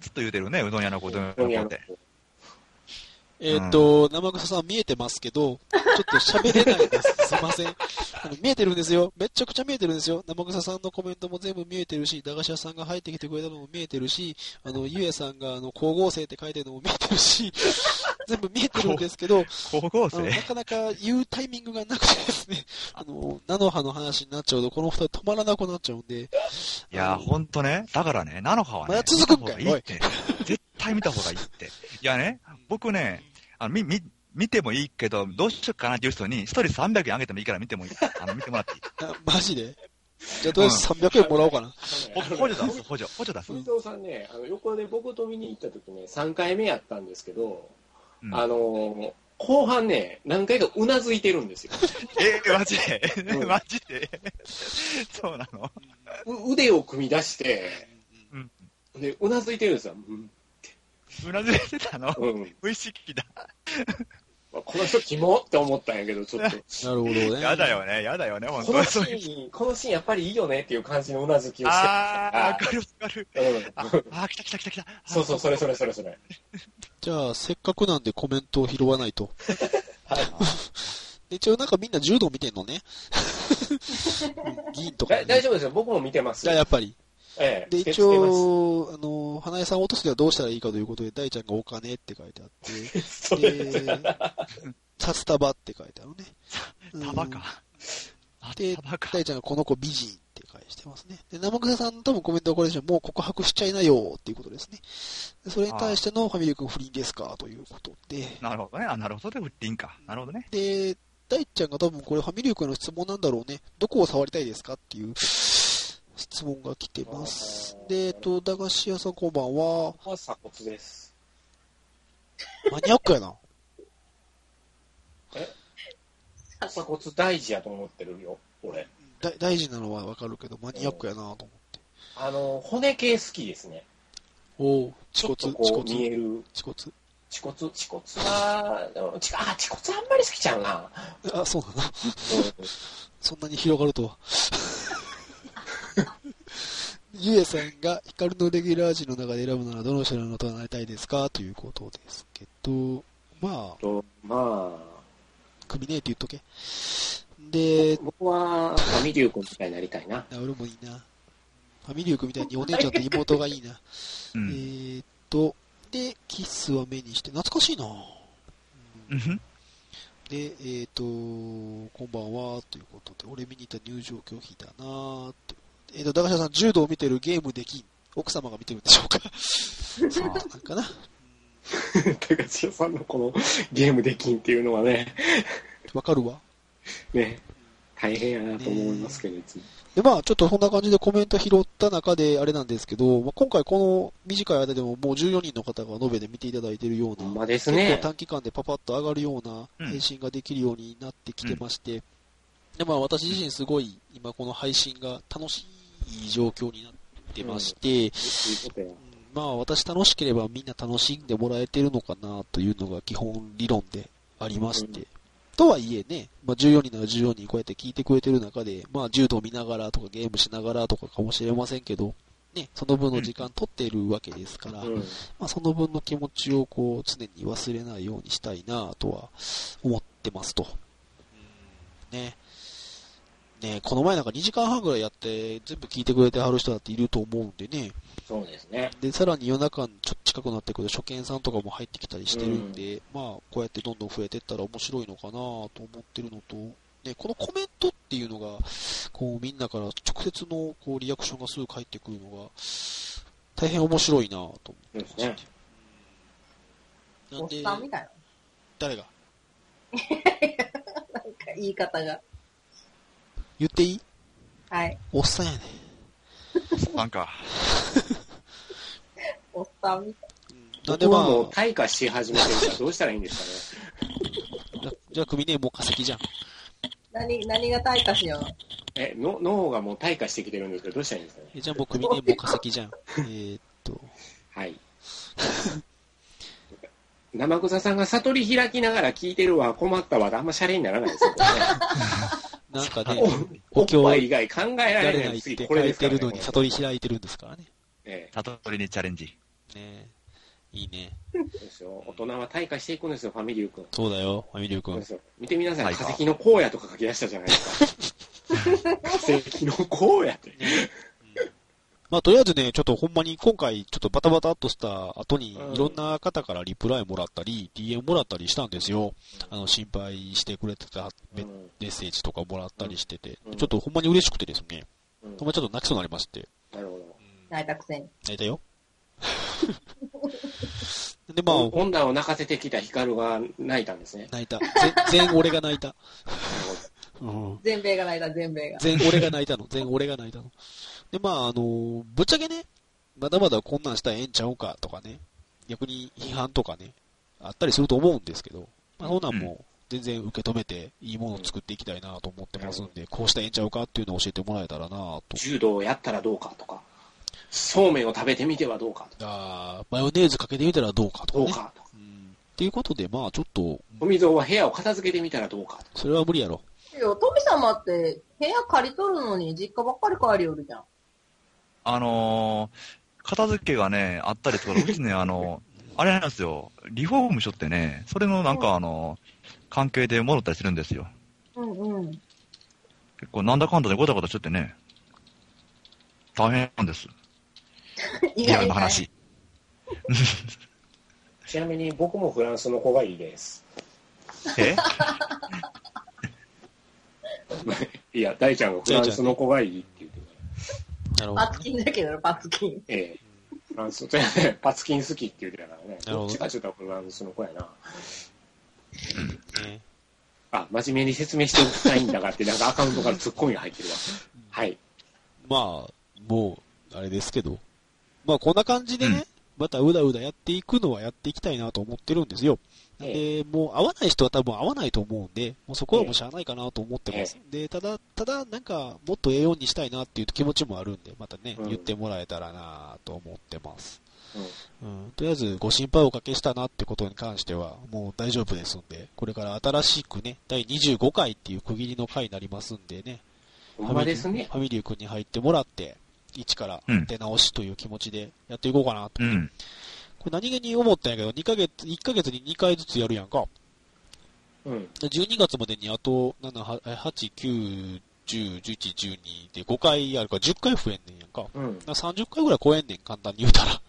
Speaker 3: ずっと言うてるね、うどん屋の子、うどん屋
Speaker 2: うどん屋
Speaker 3: の子
Speaker 2: の
Speaker 3: っ
Speaker 2: 子
Speaker 3: て。。
Speaker 1: えっと、生臭さん見えてますけど、ちょっと喋れない です。すいません。あの見えてるんですよ。めっちゃくちゃ見えてるんですよ。生臭さんのコメントも全部見えてるし、駄菓子屋さんが入ってきてくれたのも見えてるし、あの、ゆえさんが、あの、光合成って書いてるのも見えてる し、全部見えてるんですけど、
Speaker 3: 高校
Speaker 1: あの
Speaker 3: 生
Speaker 1: なかなか言うタイミングがなくてです ね、あの、菜の葉の話になっちゃうと、この二人止まらなくなっちゃうんで、
Speaker 3: いやー、ほんとね、だからね、菜の葉はね、
Speaker 1: まだ続くん
Speaker 3: 見た方
Speaker 1: かい
Speaker 3: がいいって、絶対見た方がいいって。いやね、僕ね、あのみ、み、見てもいいけど、どうしようかなっていう人に、一人300円あげてもいいから見てもいい。あの、見てもらっていい。
Speaker 1: なマジでじゃあとりあえず300円もらおうか な。
Speaker 3: ほ補助出す、補助、補助 出す。
Speaker 2: 富蔵さんね、あの横で僕と見に行った時ね、3回目やったんですけど、
Speaker 3: うん
Speaker 2: あの、後半ね、何回かうなずいてるんですよ。
Speaker 3: えー、マジで
Speaker 2: うん
Speaker 3: マジで そうなの
Speaker 2: う腕を組み出して、
Speaker 3: うん
Speaker 2: で、うなずいてるんですよ。うん。
Speaker 3: うなずいてたの
Speaker 2: うん
Speaker 3: 無意識だ。
Speaker 2: まあこの人、キモって思ったんやけど、ちょ っと。
Speaker 1: なるほどね。
Speaker 3: やだよね、やだよね、ほん
Speaker 2: ことの
Speaker 3: に。
Speaker 2: シーン、このシーンやっぱりいいよねっていう感じのうなずきをして
Speaker 3: あー、わ
Speaker 2: ま
Speaker 3: かるわかる。
Speaker 2: した
Speaker 3: あ、あ
Speaker 2: から。うん
Speaker 3: ー、来た来た来た来た。あー
Speaker 2: そうそう、それそれそれそれ。
Speaker 1: じゃあ、せっかくなんでコメントを拾わない と。 で一応なんかみんな柔道見てんの ね。議員とか、
Speaker 2: だ
Speaker 1: ね。
Speaker 2: 大丈夫ですよ、僕も見てます。
Speaker 1: じゃあやっぱり。
Speaker 2: ええ
Speaker 1: で、一
Speaker 2: つけてます
Speaker 1: 応、あの、の、花江さん落とすにはどうしたらいいかということで、大ちゃんがお金って書いてあっ
Speaker 2: そ
Speaker 1: て、
Speaker 2: れ
Speaker 1: で、札束って書いてあるね。うん
Speaker 3: タバか。あ
Speaker 1: で
Speaker 3: タバか。
Speaker 1: 大ちゃんがこの子美人って返してますね。で、生臭さんの多分コメントはこれでしょう。もう告白しちゃいなよっていうことですね。でそれに対してのファミリー君不倫ですかということで。
Speaker 3: なるほどね。あ、なるほどで、ウッディンか。なるほどね。
Speaker 1: で、大ちゃんが多分これファミリー君への質問なんだろうね。どこを触りたいですかっていう質問が来てます。で、えっと、駄菓子屋さんこんばんは。
Speaker 2: は鎖骨です。
Speaker 1: マニアックやな。
Speaker 2: 鎖骨大事やと思ってるよ、俺。
Speaker 1: だ大事なのはわかるけど、マニアックやなと思って。
Speaker 2: あの、骨系好きですね。
Speaker 1: おお、
Speaker 2: ち
Speaker 1: 恥
Speaker 2: ょ
Speaker 1: 骨、
Speaker 2: っと
Speaker 1: 恥
Speaker 2: こう見
Speaker 1: 骨、
Speaker 2: える。
Speaker 1: 恥骨。
Speaker 2: 恥骨、恥骨は、うんちあ、恥骨あんまり好きちゃうな。
Speaker 1: あ、そうなのそんなに広がると は。ゆえさんが光のレギュラー陣の中で選ぶならどの人のとなりたいですかということですけど、まあ、
Speaker 2: と、まあ、
Speaker 1: 組ねえって言っとけ。で、
Speaker 2: 僕は、ファミリュー君みたいになりたいな。
Speaker 1: あ俺もいいな。ファミリュークみたいにお姉ちゃんと妹がいい な。
Speaker 3: う
Speaker 1: え
Speaker 3: ん。
Speaker 1: ーっと、で、キスは目にして、懐かしいな
Speaker 3: うんふん
Speaker 1: で、えっ、と、こんばんは、ということで、俺見に行った入場拒否だなーと。えっ、と、駄菓子屋さん、柔道を見てるゲームできん。奥様が見てるんでしょうか そうなんかな。
Speaker 2: 高橋さんのこのゲームできんっていうのはね、
Speaker 1: わかるわ。
Speaker 2: ね、大変やなと思いますけど、いつも。
Speaker 1: で、まあ、ちょっとそんな感じでコメント拾った中で、あれなんですけど、まあ、今回この短い間でももう14人の方が延べで見ていただいているよう
Speaker 2: ほ
Speaker 1: な、
Speaker 2: んまです
Speaker 1: 結構
Speaker 2: ね。
Speaker 1: 短期間でパパッと上がるような
Speaker 3: うん
Speaker 1: 配信ができるようになってきてまして、でまあ、私自身すごい今この配信が楽しい状況になってまして、
Speaker 2: いいことや
Speaker 1: うんまあ私楽しければみんな楽しんでもらえてるのかなというのが基本理論でありまして、
Speaker 2: う
Speaker 1: とはいえね、まあ、14人なら14人こうやって聞いてくれてる中で、まあ柔道見ながらとかゲームしながらとかかもしれませんけど、ね、その分の時間取ってるわけですから、
Speaker 2: うん
Speaker 1: まあ、その分の気持ちをこう常に忘れないようにしたいなとは思ってますと。ね。ねこの前なんか2時間半ぐらいやって全部聞いてくれてはる人だっていると思うんでね。
Speaker 2: そうですね。
Speaker 1: で、さらに夜中ちょっと近くなってくる初見さんとかも入ってきたりしてるんで、まあこうやってどんどん増えてったら面白いのかなと思ってるのと、ね、このコメントっていうのが、こうみんなから直接のこうリアクションがすぐ返ってくるのが、大変面白いなと思って
Speaker 2: そうですね。
Speaker 1: な
Speaker 4: お
Speaker 1: ん
Speaker 4: っさん
Speaker 1: で
Speaker 4: み、たいな。
Speaker 1: 誰が
Speaker 4: なんか言い方が。
Speaker 1: 言っていい
Speaker 4: はい。
Speaker 1: おっさんやね。
Speaker 3: なんか、
Speaker 4: おっさんみたい
Speaker 1: なんで
Speaker 2: 僕
Speaker 1: ま
Speaker 2: はもう
Speaker 1: あ、
Speaker 2: 退化し始めてるからどうしたらいいんですかね。
Speaker 1: じゃあ組ね、もう化石じゃん。
Speaker 4: な。何、何が退化しよう。
Speaker 2: え、の脳がもう退化してきてるんですけど、どうしたらいいんですかね。
Speaker 1: えじゃあもう組ね、もう化石じゃん。えーっと、
Speaker 2: はい。 生草さんが悟り開きながら聞いてるわ、困ったわ、あんまシャレにならないですよ、
Speaker 1: なんか
Speaker 2: これ
Speaker 1: ね
Speaker 2: ね、お
Speaker 1: お
Speaker 2: お
Speaker 1: 経
Speaker 2: っぱ
Speaker 1: はい
Speaker 2: 以外考えら
Speaker 1: や
Speaker 2: れ
Speaker 1: れ
Speaker 2: な
Speaker 1: ないいっ
Speaker 2: 次
Speaker 1: て
Speaker 2: こ
Speaker 1: 書
Speaker 2: れで
Speaker 1: い
Speaker 2: すか
Speaker 1: て
Speaker 2: らね
Speaker 1: るのに悟り開いてるんですからね。
Speaker 2: ええ
Speaker 3: 悟りにチャレンジ。
Speaker 1: ねいいね。
Speaker 2: そうですよ大人は退化していくんですよ、ファミリュー君。
Speaker 1: そうだよ、ファミリュー
Speaker 2: そう
Speaker 1: 君
Speaker 2: で。すよ見てみなさい、
Speaker 3: はい
Speaker 2: 化石の荒野とか書き出したじゃないです か。化石の荒野って。
Speaker 1: まあ、とりあえずね、ちょっとほんまに今回、ちょっとバタバタっとした後に
Speaker 2: うん、
Speaker 1: いろんな方からリプライもらったり、DM もらったりしたんですよ。あの、心配してくれてたメ
Speaker 2: うん
Speaker 1: メッセージとかもらったりしてて
Speaker 2: うん、
Speaker 1: ちょっとほんまに嬉しくてですね、
Speaker 2: うん
Speaker 1: ほんまちょっと泣きそうになりまして。
Speaker 2: なるほ
Speaker 4: 泣いたくせに。
Speaker 1: 泣いたよ。で、まあ
Speaker 2: ど。、女を泣かせてきた光が泣いたんですね。
Speaker 1: 泣いた。全全俺が泣いた。うん
Speaker 4: 全米が泣いた、全米が。
Speaker 1: 全俺が泣いたの。全俺が泣いたの。で、まあ、あの、ぶっちゃけね、まだまだこんなんしたらええんちゃうかとかね、逆に批判とかね、あったりすると思うんですけど、まあ、そんなんも全然受け止めて、いいものを作っていきたいなと思ってますんで、こうしたらええんちゃうかっていうのを教えてもらえたらなと。
Speaker 2: 柔道をやったらどうかとか、そうめんを食べてみてはどうかとか、
Speaker 1: あーマヨネーズかけてみたらどうかとか
Speaker 2: ど
Speaker 1: ね。
Speaker 2: うかとか、
Speaker 1: うんっていうことで、まあ、ちょっと、
Speaker 2: 富蔵は部屋を片付けてみたらどうかとか、
Speaker 1: それは無理やろ。
Speaker 4: いや、富様って部屋借りとるのに実家ばっかり帰りよるじゃん。
Speaker 3: あのー、片付けがね、あったりとか、うちね、あのー、あれなんですよ、リフォームしょってね、それのなんかあのー、関係で戻ったりするんですよ。
Speaker 4: うんうん。
Speaker 3: 結構なんだかんだでごたごたしちゃってね、大変なんです。
Speaker 4: 意
Speaker 3: リアル
Speaker 4: 外
Speaker 3: な
Speaker 4: な
Speaker 3: 話。
Speaker 2: ちなみに僕もフランスの子がいいです。
Speaker 3: え
Speaker 2: いや、大ちゃんがフランスの子がいいって言って
Speaker 1: なるほど
Speaker 4: パ。ツキンだけどな、パツキン。
Speaker 2: たええフランス、ね、パツキン好きって言ってたからね。
Speaker 1: なるほど
Speaker 2: どっちかちょっとフランスの子やな。
Speaker 1: ね
Speaker 2: あ、真面目に説明しておきたいんだがって、なんかアカウントからツッコミが入ってるわ。はい。
Speaker 1: まあ、もう、あれですけど。まあ、こんな感じでね、
Speaker 3: うん
Speaker 1: またうだうだやっていくのはやっていきたいなと思ってるんですよ。
Speaker 2: え
Speaker 1: で、もう会わない人は多分会わないと思うんで、もうそこはもうしゃあないかなと思ってます。で、ただ、ただ、なんか、もっと A4 にしたいなっていう気持ちもあるんで、またね、
Speaker 2: うん
Speaker 1: 言ってもらえたらなと思ってます。
Speaker 2: うん
Speaker 1: うん、とりあえずご心配をおかけしたなってことに関してはもう大丈夫ですんで、これから新しくね、第25回っていう区切りの回になりますんでね、
Speaker 2: ほんまですね。
Speaker 1: ファミリー君に入ってもらって、一から
Speaker 3: うん
Speaker 1: 出直しという気持ちでやっていこうかなと。
Speaker 3: うん。
Speaker 1: これ何気に思ったんやけど、2ヶ月、1ヶ月に2回ずつやるやんか。
Speaker 2: うん。
Speaker 1: で12月までにあと、7、は8、9、10、11、12で5回やるから10回増えんねんやんか。
Speaker 2: うん。うわ
Speaker 1: だから30回ぐらい超えんねん、簡単に言うたら。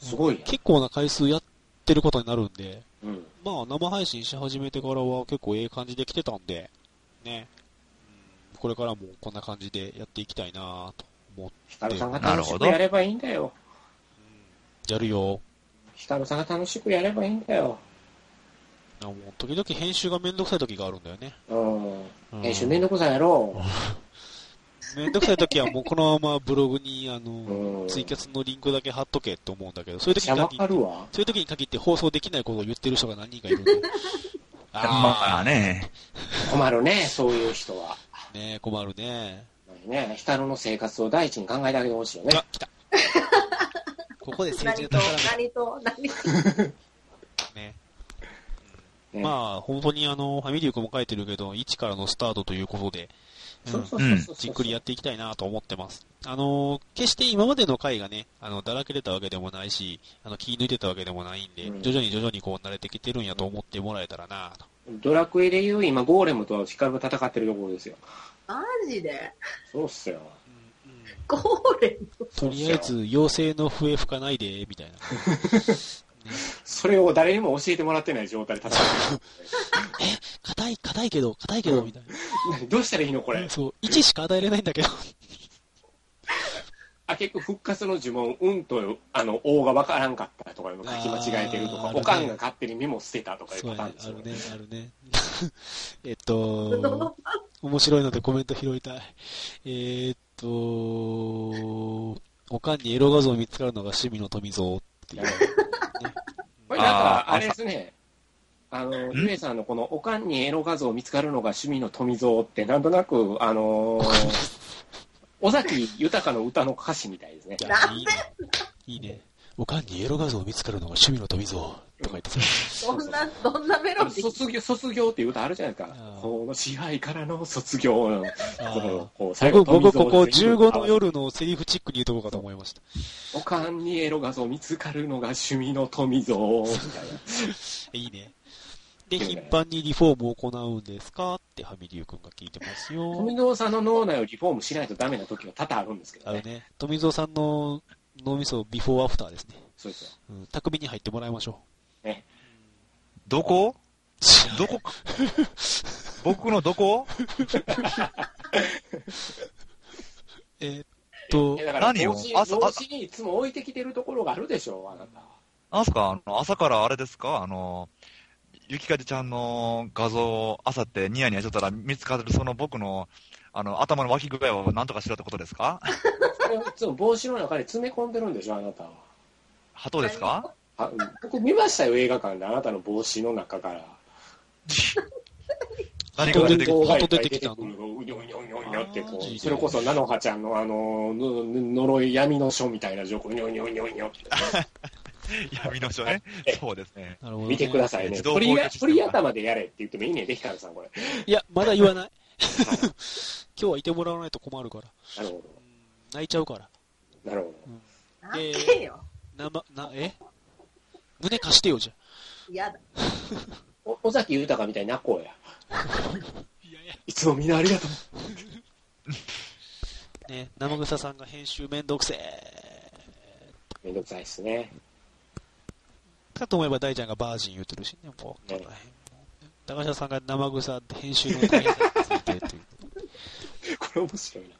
Speaker 2: すごいや。
Speaker 1: 結構な回数やってることになるんで、
Speaker 2: うん。
Speaker 1: まあ、生配信し始めてからは結構ええ感じで来てたんで、ね。うんこれからもこんな感じでやっていきたいなと思っ
Speaker 2: ヒカルさんが楽しくやればいいんだよ。
Speaker 1: て、やるよ。
Speaker 2: ヒカルさんが楽しくやればいいんだよ。
Speaker 1: あもう時々編集がめんどくさい時があるんだよね。
Speaker 2: うん。編集
Speaker 1: め
Speaker 2: めん
Speaker 1: ん
Speaker 2: どくさいやろ。
Speaker 1: どくさい時はもうこのままブログに、あの、
Speaker 2: うん
Speaker 1: ツイキャスのリンクだけ貼っとけって思うんだけど、そういう時
Speaker 2: じゃ
Speaker 1: に
Speaker 2: わ
Speaker 1: 限
Speaker 2: か
Speaker 1: って、
Speaker 2: るわ。
Speaker 1: そういう時に限って放送できないことを言ってる人が何人かいるんで。
Speaker 3: ま
Speaker 1: あ
Speaker 3: あね。
Speaker 2: 困るね、そういう人は。
Speaker 1: あ、ねえ困るね。
Speaker 2: ね、ヒカルの生活を第一に考えてあげてほしいよね
Speaker 1: あ。、来た。 ここで政治
Speaker 4: 何
Speaker 1: がた
Speaker 4: と
Speaker 1: から、
Speaker 4: 何と、何と。
Speaker 1: ね。
Speaker 2: ね
Speaker 1: まあ、本当にあの、ファミリー君も書いてるけど、1からのスタートということで、う
Speaker 2: そうんそうそうそう。
Speaker 1: じっくりやっていきたいなと思ってます。あの、決して今までの回がね、あの、だらけてたわけでもないし、あの、気抜いてたわけでもないんで、
Speaker 2: うん
Speaker 1: 徐々に徐々にこう慣れてきてるんやと思ってもらえたらなと。
Speaker 2: ドラクエでいう今、ゴーレムとヒカルが戦ってるところですよ。
Speaker 4: マジで
Speaker 2: そうっすよ。
Speaker 4: ゴーレム
Speaker 1: とりあえず、妖精の笛吹かないで、みたい な。
Speaker 2: それを誰にも教えてもらってない状態で戦
Speaker 1: 硬い、硬いけど、硬いけど、みたいな。
Speaker 2: ってる。どう したらいいのこれ。
Speaker 1: そう、1しか与えれないんだけど。
Speaker 2: あ、結局復活の呪文、うんと、あの、王がわからんかったとかいうの書き間違えてると
Speaker 1: あー
Speaker 2: か、おかんが勝手にメモ捨てたとかいう
Speaker 1: そう
Speaker 2: パ
Speaker 1: や
Speaker 2: ターン
Speaker 1: ね
Speaker 2: で、
Speaker 1: あ
Speaker 2: すよ
Speaker 1: る
Speaker 2: ね
Speaker 1: ね。、あるね。 えっと、
Speaker 4: の
Speaker 1: 面白いのでコメント拾いたい。えーっと、おかんにエロ画像見つかるのが趣味の富蔵っていう。
Speaker 2: これなんか
Speaker 3: あ、ー
Speaker 2: あれですね。あの、ゆえさんのこの、おかんにエロ画像見つかるのが趣味の富蔵って、なんとなく、あの ー、尾崎豊の歌の歌詞みたいですね
Speaker 1: い。やいいね。いいね。おかんにエロ画像見つかるのが趣味の富蔵とか言ってさ。
Speaker 4: どんな、どんなメロディー
Speaker 2: 卒業、卒業っていう歌あるじゃないですか
Speaker 1: う。ん
Speaker 2: この支配からの卒業の、 この、こう、最後
Speaker 1: 僕、僕、ここ
Speaker 2: 富蔵全部
Speaker 1: 15の夜のセリフチックに言うとこかと思いました。
Speaker 2: おかんにエロ画像見つかるのが趣味の富蔵、みたいな。
Speaker 1: いいね。で、頻繁にリフォームを行うんですかってハミリュウ君が聞いてますよ
Speaker 2: 富。蔵さんの脳内をリフォームしないとダメな時が多々あるんですけど
Speaker 1: あの
Speaker 2: ね。
Speaker 1: ね、富蔵さんの脳みそビフォーアフターですね。
Speaker 2: そうですよ。
Speaker 1: うん、巧みに入ってもらいましょ
Speaker 3: どこ
Speaker 1: う。
Speaker 3: どこ僕のどこ
Speaker 1: えーっと
Speaker 2: え、だから
Speaker 3: 何
Speaker 2: 帽
Speaker 3: を
Speaker 2: 子、
Speaker 3: 朝
Speaker 2: 帽子にいつも置いてきてるところがあるでしょう、あなたは。
Speaker 3: なんすかあの朝からあれですかあの、ゆきかぜちゃんの画像を朝ってニヤニヤしてたら見つかるその僕の、あの、頭の脇具合をなんとかしろってことですか
Speaker 2: それをいつも帽子の中で詰め込んでるんでしょ、あなたは。
Speaker 3: 鳩ですか
Speaker 2: あうん僕見ましたよ、映画館で、あなたの帽子の中から。
Speaker 3: 何
Speaker 1: ど
Speaker 3: が
Speaker 1: う
Speaker 3: 出てくる
Speaker 1: どう
Speaker 2: がいっぱ
Speaker 1: 出
Speaker 2: い
Speaker 1: て
Speaker 2: 出
Speaker 1: き
Speaker 2: て
Speaker 1: た
Speaker 2: く
Speaker 1: の
Speaker 2: るのをうにょうにょうにょうにょってこ
Speaker 1: マジで
Speaker 2: う、それこそ菜の葉ちゃんのあの、ぬぬ呪い闇の書みたいな情報、うにょうにょうにょうにょって。
Speaker 3: 闇の書ね。そうですね。
Speaker 1: なるほどね
Speaker 2: 見てくださいね。
Speaker 3: 自動
Speaker 2: 鳥
Speaker 3: 攻撃
Speaker 2: や
Speaker 3: してる
Speaker 2: 鳥頭でやれって言ってもいいね、でヒカルさん、これ。
Speaker 1: いや、まだ言わない。 今日はいてもらわないと困るから。
Speaker 2: なるほ
Speaker 1: 泣いちゃうから。
Speaker 2: ど。なるほど。
Speaker 4: なんてよ。
Speaker 1: な、ま、な、え胸貸してよ、じゃ
Speaker 4: 嫌だ。
Speaker 2: お尾崎豊みたいになこうや。
Speaker 1: あ。いやいや。
Speaker 2: いつもみんなありがとう。
Speaker 1: ね、生草さんが編集めんどくせーって
Speaker 2: めんどくさいですね。
Speaker 1: かと思えば大ちゃんがバージン言うてるしね、もう。
Speaker 2: ね
Speaker 1: 高橋さんが生臭って編集の大変さについてっていう。
Speaker 2: これ面白いな。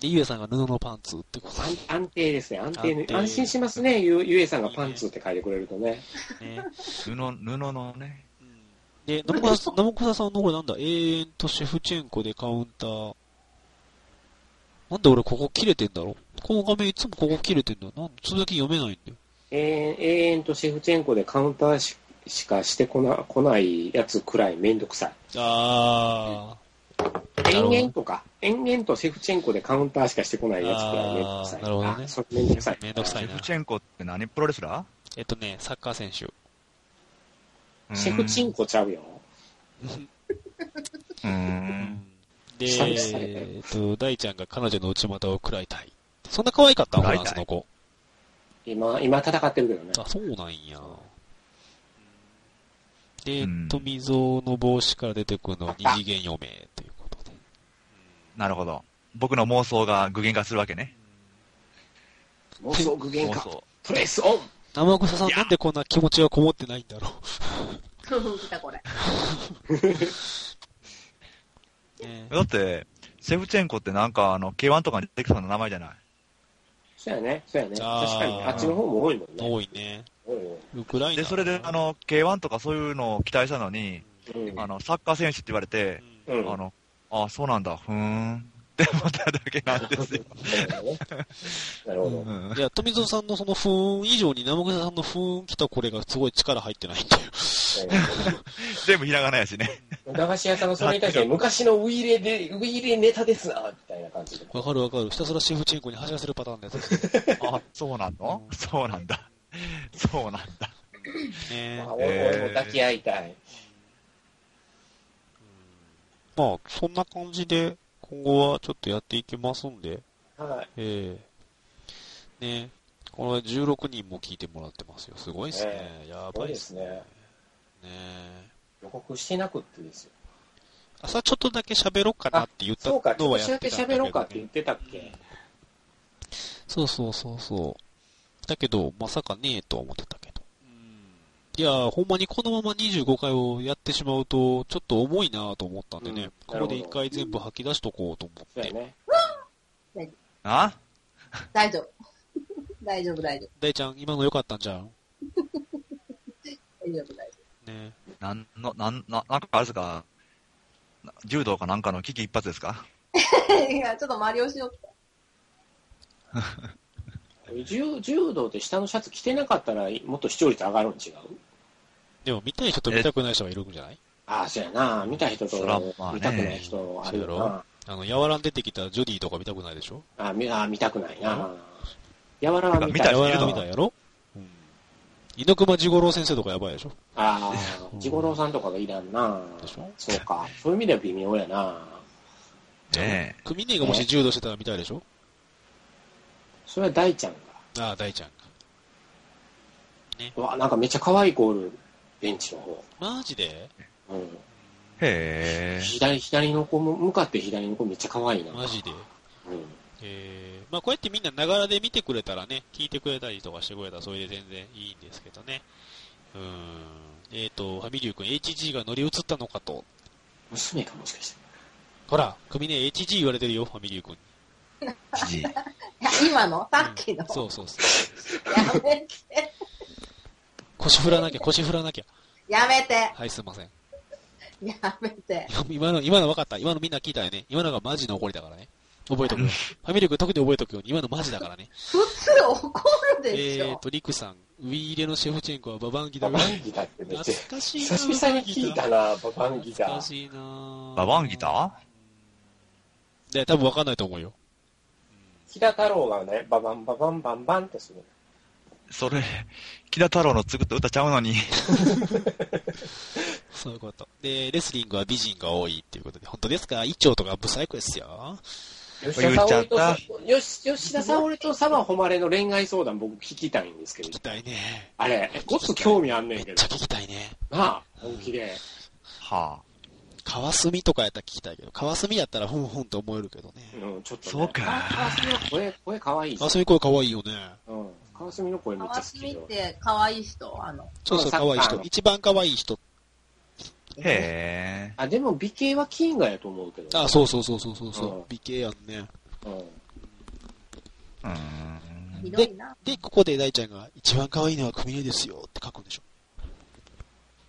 Speaker 1: で、ゆえさんが布のパンツってこと
Speaker 2: 安安定ですね、安定ね
Speaker 1: 安定
Speaker 2: 安心しますね、ゆゆえさんがパンツって書いてくれるとね。
Speaker 1: ね。
Speaker 3: 布、布のね。
Speaker 1: で、信子さん、信子さんのこれなんだ、永遠とシェフチェンコでカウンター。なんで俺ここ切れてんだろうこの画面いつもここ切れてんだよ。なんで続き読めないんだよ。
Speaker 2: 永遠永遠とシェフチェンコでカウンターししかしてこな来ないやつくらいめんどくさい。
Speaker 1: あるほど
Speaker 2: 延々とか、延々とシェフチェンコでカウンターしかしてこないやつくらいめんどくさ
Speaker 1: あー
Speaker 2: い。
Speaker 1: なるほどね
Speaker 2: あそれめんどくさい。
Speaker 1: めんどくさい
Speaker 3: シ
Speaker 1: な
Speaker 3: ェフチェンコって何プロレスラ
Speaker 1: ー。えっとね、サッカー選手。
Speaker 3: ー
Speaker 2: シェフチンコちゃうよ。
Speaker 3: コ。うーん。
Speaker 1: で、
Speaker 2: 久々やね
Speaker 1: えっと、大ちゃんが彼女の内股を食らいたい。そんな可愛かったフ
Speaker 3: 食らい
Speaker 1: ラ
Speaker 3: たい
Speaker 1: ンスの子。
Speaker 2: 今、今戦ってるけどね。
Speaker 1: あ、そうなんや。
Speaker 3: う
Speaker 1: で
Speaker 3: ん、
Speaker 1: 富蔵の帽子から出てくるのは二次元嫁ということで。
Speaker 3: なるほど。僕の妄想が具現化するわけね。
Speaker 2: 妄想具現化
Speaker 3: 妄。想
Speaker 2: プレスオン
Speaker 1: 生臭さんなんでこんな気持ちがこもってないんだろ
Speaker 4: 来たこれ。
Speaker 1: う。ね
Speaker 3: だって、シェフチェンコってなんか、あの、K1 とかに出てきそうな名前じゃない
Speaker 2: そうやね、そうやね。確
Speaker 1: あー
Speaker 2: かに、あっちの方も多いもんね。
Speaker 1: 多いね。
Speaker 2: 多い多い
Speaker 1: ウクライナ。
Speaker 3: で、それで、あ、の、K1 とかそういうのを期待したのに、
Speaker 2: うん
Speaker 3: あの、サッカー選手って言われて、
Speaker 2: うん
Speaker 3: あの、あそうなんだ、ふーん。って思っただけなんですよ。
Speaker 2: なるほ
Speaker 3: う
Speaker 2: ど。
Speaker 3: ん
Speaker 1: いや、富蔵さんのその不運以上に生臭さんの不運来たこれがすごい力入ってないんだよ。
Speaker 3: 全部ひらがなやしね。
Speaker 2: 駄菓子屋さんのそれに対して、昔のウイイレで、ウイイレネタですな、みたいな感じで。
Speaker 1: わかるわかる。ひたすらシェフチェンコに走らせるパターンのやつです
Speaker 3: あ、そうなのそうなんだ。そうなんだ。
Speaker 1: ね。ね
Speaker 2: まあ、俺俺も抱き合いたい。
Speaker 1: まあ、そんな感じで、今後はちょっとやっていきますんで、
Speaker 2: はい。
Speaker 1: ええねこの16人も聞いてもらってますよ。すごいですね。
Speaker 2: え
Speaker 1: や
Speaker 2: そ
Speaker 1: ば
Speaker 2: う
Speaker 1: いで
Speaker 2: ですす
Speaker 1: ね。
Speaker 2: ね。
Speaker 1: ね
Speaker 2: 予告してなくってですよ。
Speaker 1: 朝ちょっとだけ喋ろうかなって言った
Speaker 2: そうか、
Speaker 1: のは
Speaker 2: 少
Speaker 1: やっ
Speaker 2: しだ
Speaker 1: て
Speaker 2: け
Speaker 1: たんだけ
Speaker 2: 喋
Speaker 1: ど、
Speaker 2: ろ
Speaker 1: ね
Speaker 2: うかって言ってたっけ
Speaker 1: そうそうそうそう。だけど、まさかねえとは思ってたけど。いやー、ほんまにこのまま25回をやってしまうと、ちょっと重いなと思ったんでね、
Speaker 2: うん
Speaker 1: ここで一回全部吐き出しとこうと思
Speaker 2: そ
Speaker 1: っ
Speaker 2: う
Speaker 1: て。
Speaker 2: やね。
Speaker 3: あ
Speaker 4: 大丈夫。 大丈夫、大丈
Speaker 1: 大ちゃん、今の良かったんじゃん
Speaker 4: 夫。大丈夫、大丈
Speaker 1: ね
Speaker 3: なんの、なん、ななんかあれですかな柔道かなんかの危機一髪ですか
Speaker 4: 夫。いや、ちょっと周りをしようって。
Speaker 2: 柔柔道って下のシャツ着てなかったら、もっと視聴率上がるん違う
Speaker 1: でも見たい人と見たくない人がいるんじゃない
Speaker 2: ああ、そうやな。見た人と
Speaker 3: そらまあね
Speaker 2: 見たくない人あるよ
Speaker 1: そうやろ
Speaker 2: な。
Speaker 1: あの、柔らん出てきたジョディとか見たくないでしょ
Speaker 2: あ見あ見たくないな。やわらは見
Speaker 3: い
Speaker 2: た
Speaker 3: や
Speaker 2: い。
Speaker 1: 柔
Speaker 3: 見
Speaker 1: らん
Speaker 3: 人
Speaker 1: 見
Speaker 3: いる
Speaker 1: た
Speaker 3: の
Speaker 1: いやろうん。猪熊治五郎先生とかやばいでしょ
Speaker 2: ああ、地五郎さんとかがいらんな
Speaker 1: でしょ。
Speaker 2: そうか。そういう意味では微妙やな。
Speaker 3: ね
Speaker 1: 組ねえがもし柔道してたら見たいでしょ
Speaker 2: それは大ちゃん
Speaker 1: ああ、大ちゃんが。
Speaker 2: が。うわ、なんかめっちゃ可愛い子おる。ベンチの方。
Speaker 1: マジで
Speaker 2: うん。
Speaker 3: え。へ
Speaker 2: 左、左の子も、向かって左の子めっちゃ可愛いな。
Speaker 1: マジで。
Speaker 2: うん。
Speaker 1: えー、まあこうやってみんなながらで見てくれたらね、聞いてくれたりとかしてくれたらそれで全然いいんですけどね。うーん。えっ、ー、と、ファミリュー君 HG が乗り移ったのかと。
Speaker 2: 娘かもしかして。
Speaker 1: ほら、組ね HG 言われてるよ、ファミリュー君に。
Speaker 3: え。じじい
Speaker 4: いや、今のさっきの。
Speaker 1: そうそうそう。
Speaker 4: やめて。
Speaker 1: 腰振らなきゃ、腰振らなきゃ。
Speaker 4: やめて。
Speaker 1: はい、すいません。
Speaker 4: やめて。
Speaker 1: 今の、今の分かった。今のみんな聞いたよね。今のがマジの怒りだからね。覚えとくよ。ファミリュー君特に覚えとくように、今のマジだからね。
Speaker 4: 普通怒るでし
Speaker 1: え
Speaker 4: ょ。
Speaker 1: ーと、リクさん、ウィーレのシェフチェンコはババンギだ
Speaker 2: バ
Speaker 1: よ。
Speaker 2: バンギターってめっちゃ
Speaker 1: 懐。かしいな。
Speaker 2: 久々に聞いたな、ババンギ
Speaker 1: 懐
Speaker 2: タ
Speaker 1: か
Speaker 2: ー。
Speaker 1: しいな
Speaker 3: ババンギタ
Speaker 1: ーで、多分分かんないと思うよ。
Speaker 2: 木田太郎がね、ババンババンバンバンってする。
Speaker 3: ーそれ、木田太郎の作った歌ちゃうのに。
Speaker 1: そういうこと。で、レスリングは美人が多いっていうことで、本当ですか一丁とかブサイクですよ。
Speaker 2: 吉田沙保里と
Speaker 3: 言っ
Speaker 2: さ
Speaker 3: ち、
Speaker 2: よし吉田沙保里と沢誉れの恋愛相談僕聞きたいんですけど
Speaker 1: 聞き、たいね。
Speaker 2: あれ、ごつ興味あんね
Speaker 1: め
Speaker 2: ん
Speaker 1: っ
Speaker 2: けど
Speaker 1: ちゃ、聞きたいね。
Speaker 2: なあ、本気で。
Speaker 3: はあ。
Speaker 1: 川澄とかやったら聞きたいけど、川澄やったらふんふんと思えるけどね。
Speaker 2: うん、ちょっと、ね。
Speaker 3: そうか
Speaker 2: あ川澄は声、声可愛いし
Speaker 1: 川澄声可愛いよね。
Speaker 2: うん。川川澄の声めっちゃ
Speaker 4: 川
Speaker 2: 好き
Speaker 4: 澄っ
Speaker 2: よ。
Speaker 4: て可愛い人、あの、
Speaker 1: そうそう、可
Speaker 2: サッカーの
Speaker 1: 愛い人。一番可愛い人。
Speaker 3: へえ。
Speaker 2: あ、でも美形はキンガやと思うけど。
Speaker 1: あ、そうそうそうそうそうそう、
Speaker 2: うん
Speaker 1: 美形やんね。
Speaker 2: うん。
Speaker 3: うーん。
Speaker 4: ひどいな。
Speaker 1: で、ここで大ちゃんが、一番可愛いのは組合ですよって書くんでしょ。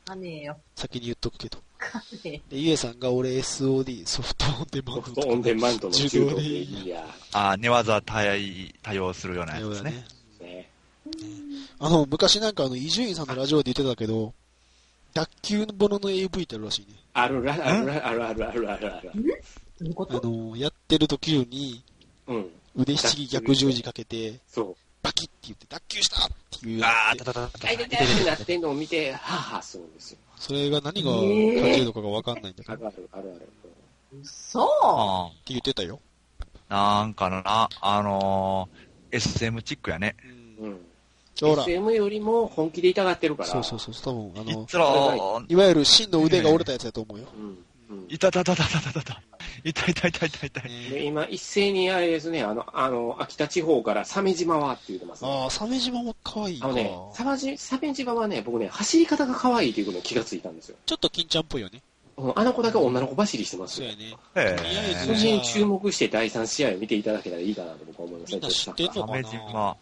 Speaker 4: かねえよ。
Speaker 1: 先に言っとくけど。
Speaker 4: かね
Speaker 1: で、ゆえさんが、俺 SOD、ソフトオンデマンド
Speaker 2: ソフ
Speaker 1: と
Speaker 2: ト
Speaker 1: か。
Speaker 2: オンデマンドの柔道でいいや。
Speaker 3: あー、寝技対対応するようなやつ
Speaker 1: そう
Speaker 3: で
Speaker 1: だ
Speaker 3: す
Speaker 1: ね
Speaker 3: ね。
Speaker 2: ね。
Speaker 1: あの、昔なんかあの、伊集院さんのラジオで言ってたけど、脱臼ものの AV ってあるらしいね。
Speaker 2: あるら、あるら、あるあるあるあるある。
Speaker 4: え。どういうこ
Speaker 1: あ
Speaker 4: と
Speaker 1: の、やってる途中に、
Speaker 2: うん。
Speaker 1: 腕ひしぎ逆十字かけて、
Speaker 2: そう。
Speaker 1: バキって言って、脱臼したっていう。
Speaker 3: あー、たたたたた
Speaker 2: 大。体大体なってんのを見て、はぁはぁするんですよ。
Speaker 1: それが何が
Speaker 4: ええ
Speaker 1: 関係のかがわかんないんだけ
Speaker 2: あ
Speaker 1: ど、って
Speaker 2: るある、あるある。
Speaker 4: そう
Speaker 3: あ
Speaker 1: 言ってたよ。
Speaker 3: ーなんかな、あのー、SM チックやね。
Speaker 1: うん。
Speaker 2: うん。
Speaker 1: ほら、
Speaker 2: SM よりも本気で痛がってるから。
Speaker 1: そうそうそう、多分、あ
Speaker 3: いっ
Speaker 1: の、
Speaker 3: つらー、
Speaker 1: いわゆる真の腕が折れたやつだと思うよ。
Speaker 2: うん。うん。
Speaker 3: いたたたたたたたた。いたいたいたいたいた。
Speaker 2: で今、一斉にあれですね、あの、あの、秋田地方から鮫島はって言ってますね。
Speaker 1: ああ、鮫島も可愛いか。
Speaker 2: あの
Speaker 1: ち
Speaker 2: ね、
Speaker 1: ょ
Speaker 2: 鮫島鮫島はね、僕ね、走り方が可愛いということに気がついたんですよ。
Speaker 1: っと金ちゃんっぽいよね。
Speaker 2: うんあの子だけ女の子走りしてます
Speaker 1: そう
Speaker 2: よ
Speaker 1: や。ね。
Speaker 3: へ
Speaker 1: とりあえ
Speaker 2: そ
Speaker 1: ず
Speaker 2: れ
Speaker 3: え。
Speaker 2: に注目して第3試合を見ていただけたらいいかなと僕は思いま
Speaker 1: み
Speaker 2: すね。
Speaker 1: んな知ってんのか
Speaker 3: 鮫
Speaker 1: な
Speaker 3: 島。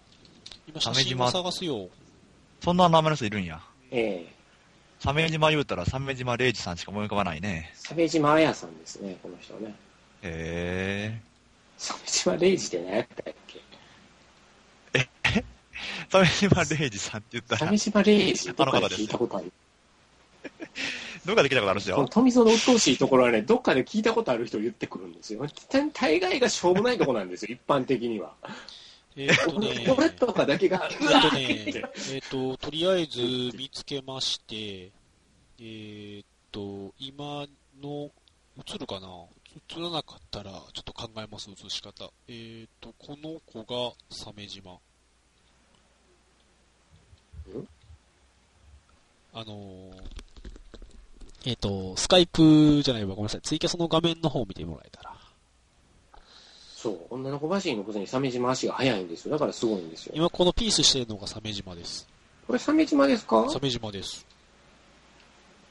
Speaker 1: 今写真を探すよ。
Speaker 3: そんな名前の人いるんや。
Speaker 2: ええ
Speaker 3: 鮫島言うたら鮫島礼二さんしか思い浮かばないね。
Speaker 2: 鮫島彩さんですね、この人はね。
Speaker 3: へ
Speaker 2: 鮫島レイジって何やったっけ
Speaker 3: え。鮫島礼二さんって言ったら
Speaker 2: 鮫、島レイジどっか
Speaker 3: あの
Speaker 2: で
Speaker 3: 方です
Speaker 2: 聞
Speaker 3: ね
Speaker 2: いたこ とある。
Speaker 3: どっかで聞いたことあるっす
Speaker 2: この
Speaker 3: よ。
Speaker 2: 富蔵の鬱陶しいところはね、どっかで聞いたことある人を言ってくるんですよ。大概がしょうもないとこなんですよ、一般的には。
Speaker 1: えーっとね、 え
Speaker 2: これとかだけが、
Speaker 1: ーっと ね、えーっと、とりあえず見つけまして、えーっと、今の、映るかな映らなかったら、ちょっと考えます、映し方。えーっと、この子が鮫島。あのーえっ、と、スカイプじゃないわ、ごめんなさい。ツイキャスの画面の方を見てもらえたら。
Speaker 2: そう、女の子走りのくせに鮫島足が速いんですよ。だからすごいんですよ。
Speaker 1: 今このピースしてるのが鮫島です。
Speaker 2: これ鮫島ですか
Speaker 1: 鮫島です。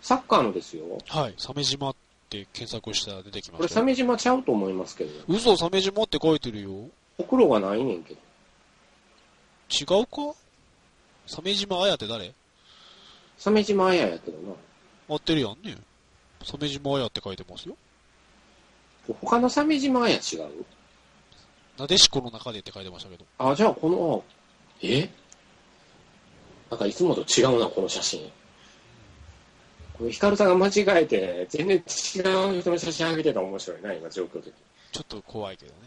Speaker 2: サッカーのですよ。
Speaker 1: はい。鮫島って検索したら出てきま
Speaker 2: これ
Speaker 1: したよ。
Speaker 2: 鮫島ちゃうと思いますけど、
Speaker 1: 嘘、鮫島って書いてるよ。
Speaker 2: ほくろがないねんけど。
Speaker 1: 違うか鮫島綾って誰
Speaker 2: 鮫島彩やけどな。
Speaker 1: 合ってるやんね。鮫島綾って書いてますよ。
Speaker 2: 他の鮫島彩違う
Speaker 1: なでしこの中でって書いてましたけど。
Speaker 2: あ、じゃあこの、えなんかいつもと違うな、この写真。これ、ヒカルさんが間違えて、全然違う人の写真上げてたら面白いな、今、状況的に。
Speaker 1: ちょっと怖いけどね。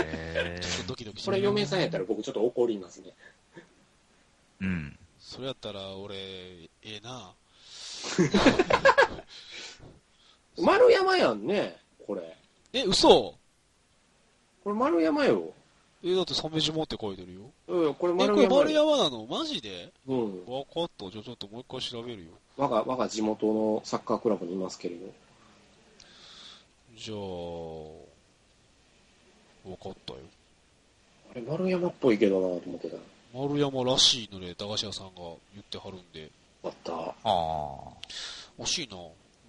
Speaker 3: へ
Speaker 1: うん。ちょっと
Speaker 3: ー
Speaker 1: ドキドキし
Speaker 2: これ、嫁さんやったら僕ちょっと怒りますね。
Speaker 3: うん。
Speaker 1: それやったら俺、ええな。
Speaker 2: 丸山やんね、これ。
Speaker 1: え、嘘
Speaker 2: これ丸山よ。
Speaker 1: え、だって鮫島って書いてるよ。
Speaker 2: うん、これ
Speaker 1: え、こ
Speaker 2: 丸
Speaker 1: れ
Speaker 2: 山
Speaker 1: 丸
Speaker 2: よ。
Speaker 1: 山なのマジで
Speaker 2: うん。
Speaker 1: わかった。じゃあちょっともう一回調べるよ。
Speaker 2: 我が、我が地元のサッカークラブにいますけれど。
Speaker 1: じゃあ、わかったよ。
Speaker 2: あれ、丸山っぽいけどなと思ってた。
Speaker 1: 丸山らしいので、駄菓子屋さんが言ってはるんで、
Speaker 2: あった。
Speaker 3: ああ。
Speaker 1: 惜しいな。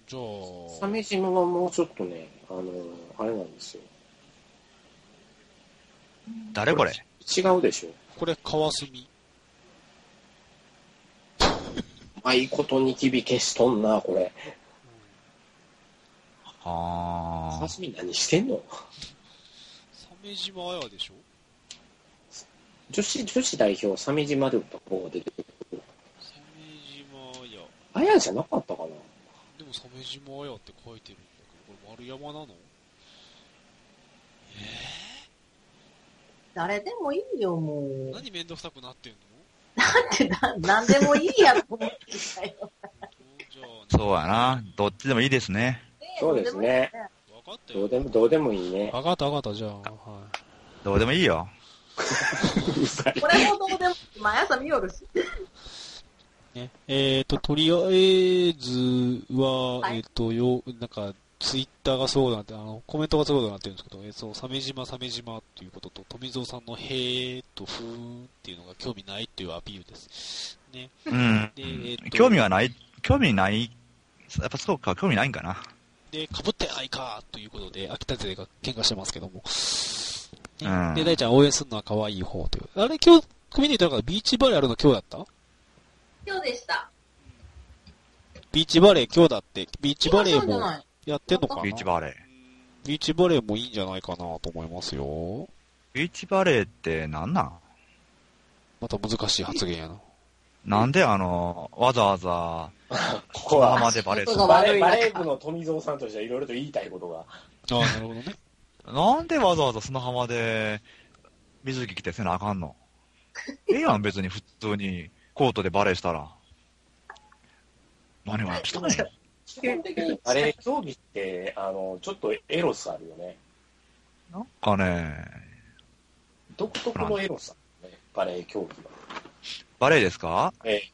Speaker 1: じゃあ、
Speaker 2: 鮫島はもうちょっとね、あのーあれなんですよ。
Speaker 3: 誰これ
Speaker 2: 違うでしょ。
Speaker 1: これ川澄。
Speaker 2: うまいことニキビ消しとんな、これ。
Speaker 3: あ
Speaker 2: 刺身何してんの
Speaker 1: 鮫島綾でしょ
Speaker 2: 女子、女子代表、鮫島で打った方が出てくる。
Speaker 1: 鮫島綾。
Speaker 2: あやじゃなかったかな
Speaker 1: でも鮫島綾って書いてるんだけど、これ丸山なの
Speaker 4: 誰でもいいよ、もう。 だ
Speaker 1: 何めんどくさくなってんの
Speaker 4: ってな、何でもいいやと思ってきたよ。
Speaker 1: じゃあ、
Speaker 3: そうやな。どっちでもいいですね。
Speaker 2: そうですね。
Speaker 1: わかった
Speaker 2: どう
Speaker 1: よ。
Speaker 2: でも、どうでもいい ね。
Speaker 1: わかったわかった、じゃあ、はい。
Speaker 3: どうでもいいよ。
Speaker 4: これもどうでも、毎朝見よるし。
Speaker 1: ね、えっ、と、とりあえずは、
Speaker 4: はい
Speaker 1: えっ、と、よ、なんか、ツイッターがすごいなって、あの、コメントがすごいことになってるんですけど、えーそう、鮫島鮫島っていうことと、富蔵さんのへーとふーんっていうのが興味ないっていうアピールです。ね。
Speaker 3: うん
Speaker 1: でえーっと
Speaker 3: 興味はない、興味ない、やっぱそうか、興味ないんかな。
Speaker 1: で、かぶってないかということで、秋田勢が喧嘩してますけども。
Speaker 3: うん
Speaker 1: ね、で、大ちゃん応援するのは可愛い方という。あれ、今日、組にいたのがビーチバレーあるの今日だった
Speaker 4: 今日でした。
Speaker 1: ビーチバレー今日だって、ビーチバレー
Speaker 4: 今そうじゃ
Speaker 1: も
Speaker 4: ない
Speaker 1: やってんのかな
Speaker 3: ビーチバレー。
Speaker 1: ビーチバレーもいいんじゃないかなと思いますよ。
Speaker 3: ビーチバレーってなんなん
Speaker 1: また難しい発言やな。
Speaker 3: なんであの、わざわざ、
Speaker 2: ここ
Speaker 3: 小
Speaker 2: は
Speaker 3: 浜でバレーする
Speaker 4: 人が
Speaker 2: バレーバレー部の富蔵さんとしてはいろいろと言いたいことが。
Speaker 1: ああ、なるほどね。
Speaker 3: なんでわざわざ砂浜で水着着てせなあかんのええやん、別に普通にコートでバレーしたら。何が汚いよ
Speaker 2: 基本的 にバレー競技って、あの、ちょっとエロスあるよね。
Speaker 3: なんかね、
Speaker 2: 独特のエロスあるよね、バレー競技は。
Speaker 3: バレーですか
Speaker 2: ええ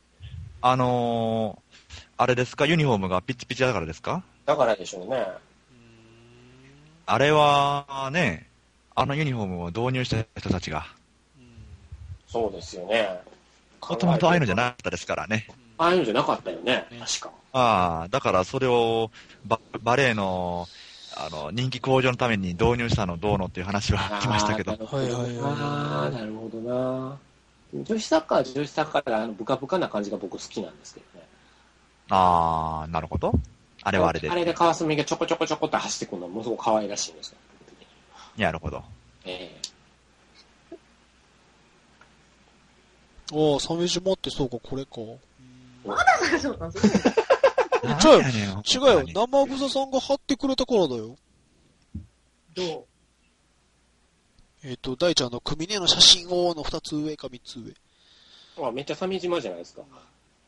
Speaker 3: あのー、あれですかユニフォームがピッチピチだからですか
Speaker 2: だからでしょうね。
Speaker 3: あれはね、あのユニフォームを導入した人たちが、
Speaker 2: そうですよね。
Speaker 3: もともとああいうのじゃなかったですからね。
Speaker 2: ああいうのじゃなかったよね
Speaker 1: ね。
Speaker 2: 確か。
Speaker 3: ああ、だからそれをババレーのあの人気向上のために導入したのどうのっていう話は来ましたけど、
Speaker 2: あーなるほどななるほどな。女子サッカーは女子サッカーであのブカブカな感じが僕好きなんですけどね。
Speaker 3: ああ、なるほど。あ
Speaker 2: あ
Speaker 3: れはあれで
Speaker 2: あ。れで川澄がちょこちょこちょこって走ってくるのもすごく可愛らしいんですよ。
Speaker 3: なるほど。
Speaker 2: ええ
Speaker 1: ああ、鮫島ってそうか、これか。
Speaker 4: 探しようと思ったんですよ
Speaker 1: ちょい
Speaker 3: なんやねん
Speaker 1: 違う
Speaker 3: ほんま
Speaker 1: よ、
Speaker 3: に
Speaker 1: 生草さんが貼ってくれたからだよ。
Speaker 4: どう
Speaker 1: えっ、と、大ちゃんの組ねの写真をの二つ上か三つ上。
Speaker 2: あめっちゃ鮫島じゃないですか。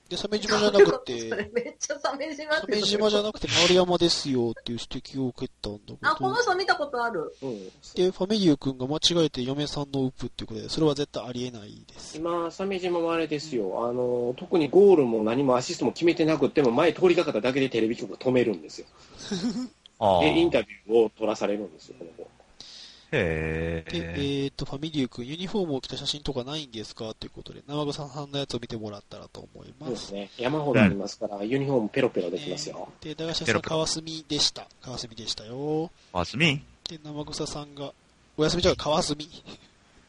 Speaker 1: で、鮫島じゃなく
Speaker 4: それ
Speaker 1: て、
Speaker 4: めっちゃ鮫島って。
Speaker 1: 鮫島じゃなくて丸山ですよっていう指摘を受けたんだけど。
Speaker 4: あ、この人見たことある。
Speaker 2: うん。
Speaker 1: で、ファミリュー君が間違えて嫁さんのウップっていうことで、それは絶対ありえないです。
Speaker 2: 今、鮫島もあれですよ。あの、特にゴールも何もアシストも決めてなくっても前通りかかっただけでテレビ局が止めるんですよ。
Speaker 3: ああ
Speaker 2: で、インタビューを取らされるんですよ、この子。
Speaker 3: へ
Speaker 1: で、
Speaker 3: え。
Speaker 1: えっ、と、ファミリュー君、ユニフォームを着た写真とかないんですかということで、生草さんのやつを見てもらったらと思い
Speaker 2: そ
Speaker 1: ま。
Speaker 2: うですすね。山ほどありますから、ユニフォームペロペロできますよ。
Speaker 1: で、駄菓子屋さん、川澄でした。川澄でしたよ。
Speaker 3: マスミン
Speaker 1: で、生草さんが、お休みじゃない、川澄。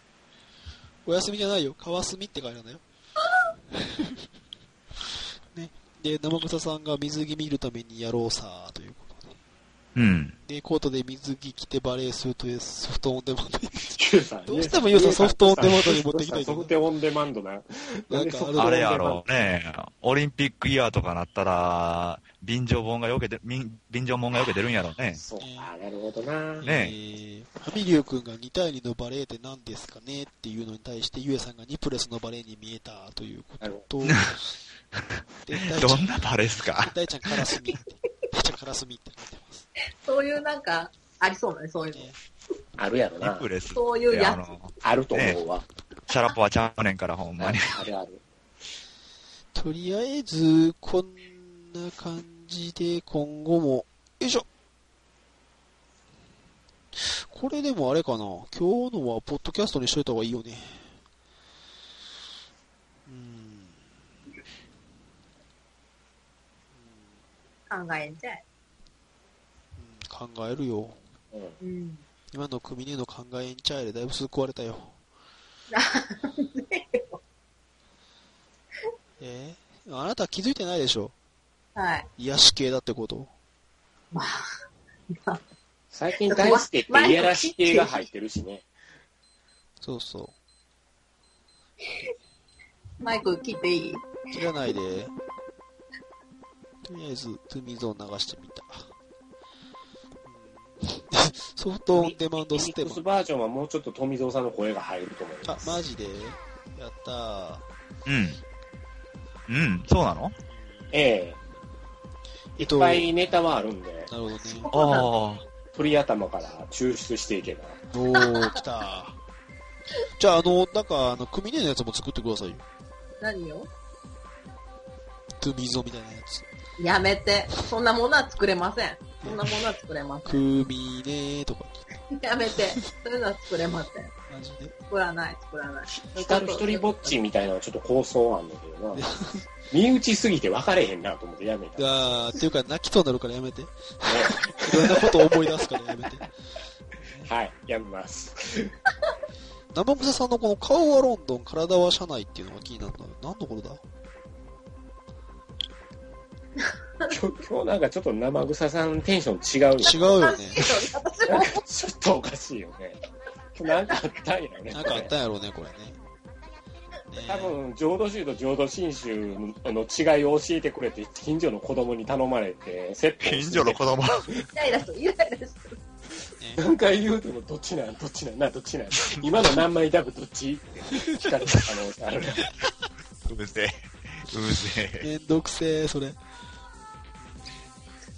Speaker 1: お休みじゃないよ、川澄って書いてあるんだよ。 ね。で、生草さんが水着見るためにやろうさーということで。
Speaker 3: うん。
Speaker 1: で、コートで水着着てバレーするというソフトオンデマンド。
Speaker 2: シュウさんね
Speaker 1: どうしてもユウさんソフトオンデマンドに持ってきたいけど
Speaker 2: ソフトオンデマンドな。
Speaker 1: なんかある
Speaker 3: あれやろ、ねオリンピックイヤーとかなったら、便乗本がよけて、便便乗本がよけてるんやろ ね。
Speaker 2: そうか、なるほどな。
Speaker 3: ね
Speaker 1: えーファミリュー君が2対2のバレーって何ですかねっていうのに対して、ゆえさんが2プレスのバレーに見えたという ことと、で、大ち
Speaker 3: ど
Speaker 1: ゃん
Speaker 3: ん、なバレーで すか
Speaker 1: 大ちゃんカラスミって、大ちゃんカラスミって書いてます。
Speaker 4: そういうなんか、ありそうだね、そういうの。
Speaker 2: あるやろ
Speaker 3: リ
Speaker 2: な
Speaker 3: プ。レス。
Speaker 4: そういうやつ
Speaker 3: あの、
Speaker 2: あると思うわ。
Speaker 3: シャラポはちゃうねんから、ほ んまに。
Speaker 2: あるある。
Speaker 1: とりあえず、こんな感じで、今後も、よいしょこれでもあれかな今日のは、ポッドキャストにしといた方がいいよね。うん。
Speaker 4: 考えんじゃい。
Speaker 1: 考えるよ。
Speaker 2: うん
Speaker 4: うん。
Speaker 1: 今の組ねの考えんちゃいでだいぶ救われたよ。えーあなた気づいてないでしょ
Speaker 4: はい。
Speaker 1: 癒し系だってこと。
Speaker 2: 最近大輔っていやらしい系が入ってるしね。
Speaker 1: そうそ。
Speaker 4: マイク切っていいう
Speaker 1: 切らないで。とりあえず、トゥミゾーン流してみた。うん ソフトオンデマンドステ
Speaker 2: ミックス
Speaker 1: マ。
Speaker 2: バージョンはもうちょっと富蔵さんの声が入ると思い
Speaker 1: あ
Speaker 2: ま、す。
Speaker 1: マジでやったー。
Speaker 3: うん。うん、そうなの
Speaker 2: ええ。いっぱいネタはあるんで、
Speaker 1: なるほどね。
Speaker 3: ああ。
Speaker 2: 鳥頭から抽出していけば。
Speaker 1: おー、来た。じゃあ、あの、なんか、あの、組ねのやつも作ってくださいよ。
Speaker 4: 何を
Speaker 1: トゥミゾーンみたいなやつ。
Speaker 4: やめて。そんなものは作れません。そんなものは作れませ
Speaker 1: クミネとか、
Speaker 4: ん。やめて。そういうのは作れません。
Speaker 1: マジで。
Speaker 4: 作らない、作らない。
Speaker 2: 光る一人ぼっちみたいなのはちょっと構想あんだけどな。 身内すぎて分かれへんなと思ってやめた。ね
Speaker 1: あー、っていうか、泣きそうになるからやめて。いろんなこと思い出すからやめて。
Speaker 2: はい、やめます。
Speaker 1: 生臭さんのこの顔はロンドン、体は社内っていうのが気になるのよ。何の頃だ
Speaker 2: 今日今日なんかちょっと生臭さんテンション違う
Speaker 1: 違
Speaker 2: よ。
Speaker 1: うよね。
Speaker 4: 私も
Speaker 2: なんかちょっとおかしいよね。今日なんかあったんやね。
Speaker 1: なんかあったんやろうね、これね。ねえ
Speaker 2: 多分、浄土宗と浄土真宗の違いを教えてくれって、近所の子供に頼まれて、セットを
Speaker 3: 近所の子供。
Speaker 4: イライラしてる、イライラしてる。
Speaker 2: 何回言うても、どっちなん、どっちなんな、どっちなん。今の何枚ダブどっちって聞かれた可能性ある。
Speaker 3: うるせえ。うるせえ。
Speaker 1: めんどくせえ、それ。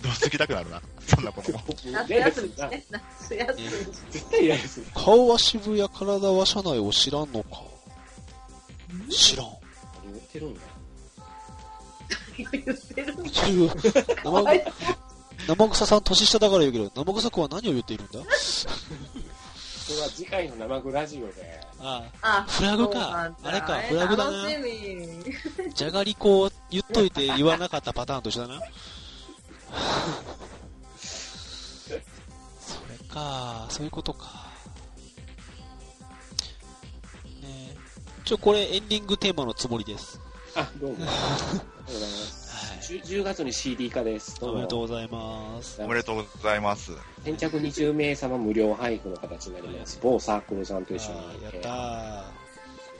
Speaker 3: どうすきたくなるな。そんなことも。
Speaker 4: 夏休みにね。夏休みに。
Speaker 2: 絶対嫌です。
Speaker 1: 顔は渋谷、体は社内を知らんのか。知らん。
Speaker 2: 言ってるんだ。
Speaker 4: 言ってるんだ
Speaker 1: 違う
Speaker 4: あい
Speaker 1: 生生臭さん年下だから言うけど、生臭くは何を言っているんだ
Speaker 2: それは次回の生グラジオで、
Speaker 1: あ
Speaker 4: あ、
Speaker 1: フラグか
Speaker 4: そうなんだ
Speaker 1: あれかフラグだな
Speaker 4: 楽しみ。
Speaker 1: あ、じゃがりこを言っといて言わなかったパターンと一緒だな。 それか、そういうことか。ねえちょ、これエンディングテーマのつもりです。
Speaker 2: あ、どうも。ありがとうございます。
Speaker 1: はい。
Speaker 2: 10, 10月に CD 化です。
Speaker 1: おめでとうご
Speaker 2: う
Speaker 1: ざいます。
Speaker 2: も
Speaker 3: おめでとうございます。
Speaker 2: 先着20名様無料配布の形になります。某サークルさんと一緒
Speaker 1: あ
Speaker 2: に。
Speaker 1: ーやったー。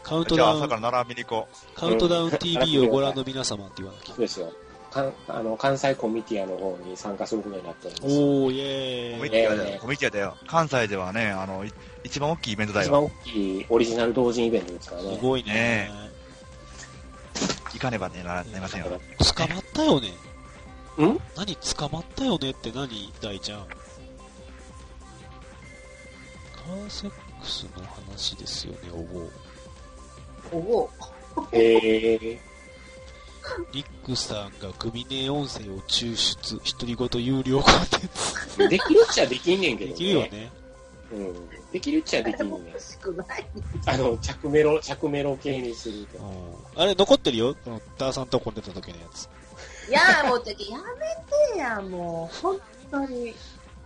Speaker 1: カウント
Speaker 3: じゃ
Speaker 1: ダ
Speaker 3: あ
Speaker 1: ウ
Speaker 3: 朝
Speaker 1: ン
Speaker 3: か、ら並びに行こ
Speaker 1: カウントダウン TV をご覧の皆様って言わなきゃ
Speaker 2: そ。うですよ。かんあの関西コミティアの方に参加することになっております。
Speaker 1: おー、イ
Speaker 3: う。コ
Speaker 1: ェー
Speaker 3: ミ
Speaker 1: イ。
Speaker 3: ティアだよ。コミティアだよ。関西ではね、あの、い一番大きいイベントだ
Speaker 2: 一番
Speaker 3: よ。
Speaker 2: 大きいオリジナル同人イベントですから
Speaker 1: す
Speaker 2: ね。
Speaker 1: ごいね
Speaker 3: ね。行かねばねななりませんよ。
Speaker 1: 捕まったよね。
Speaker 2: ん
Speaker 1: 何捕まったよねって何大ちゃん。カーセックスの話ですよね、おぼう。
Speaker 4: おお。
Speaker 2: へえ
Speaker 1: リックさんがグミネ音声を抽出、独り言有料コンテン
Speaker 2: ー。できるっちゃできんねんけ
Speaker 1: ツ。で
Speaker 2: どね。
Speaker 1: きるよね。
Speaker 2: うん。できるっちゃでき
Speaker 4: 誰
Speaker 2: んね
Speaker 4: も
Speaker 2: ん。
Speaker 4: 欲しくない。
Speaker 2: あの、着メロ、着メロ系にすると
Speaker 1: う。んあれ、残ってるよ。あのダーさんとこに出た時のやつ。
Speaker 4: いやーもうちょっとやめてや、もう。本当に。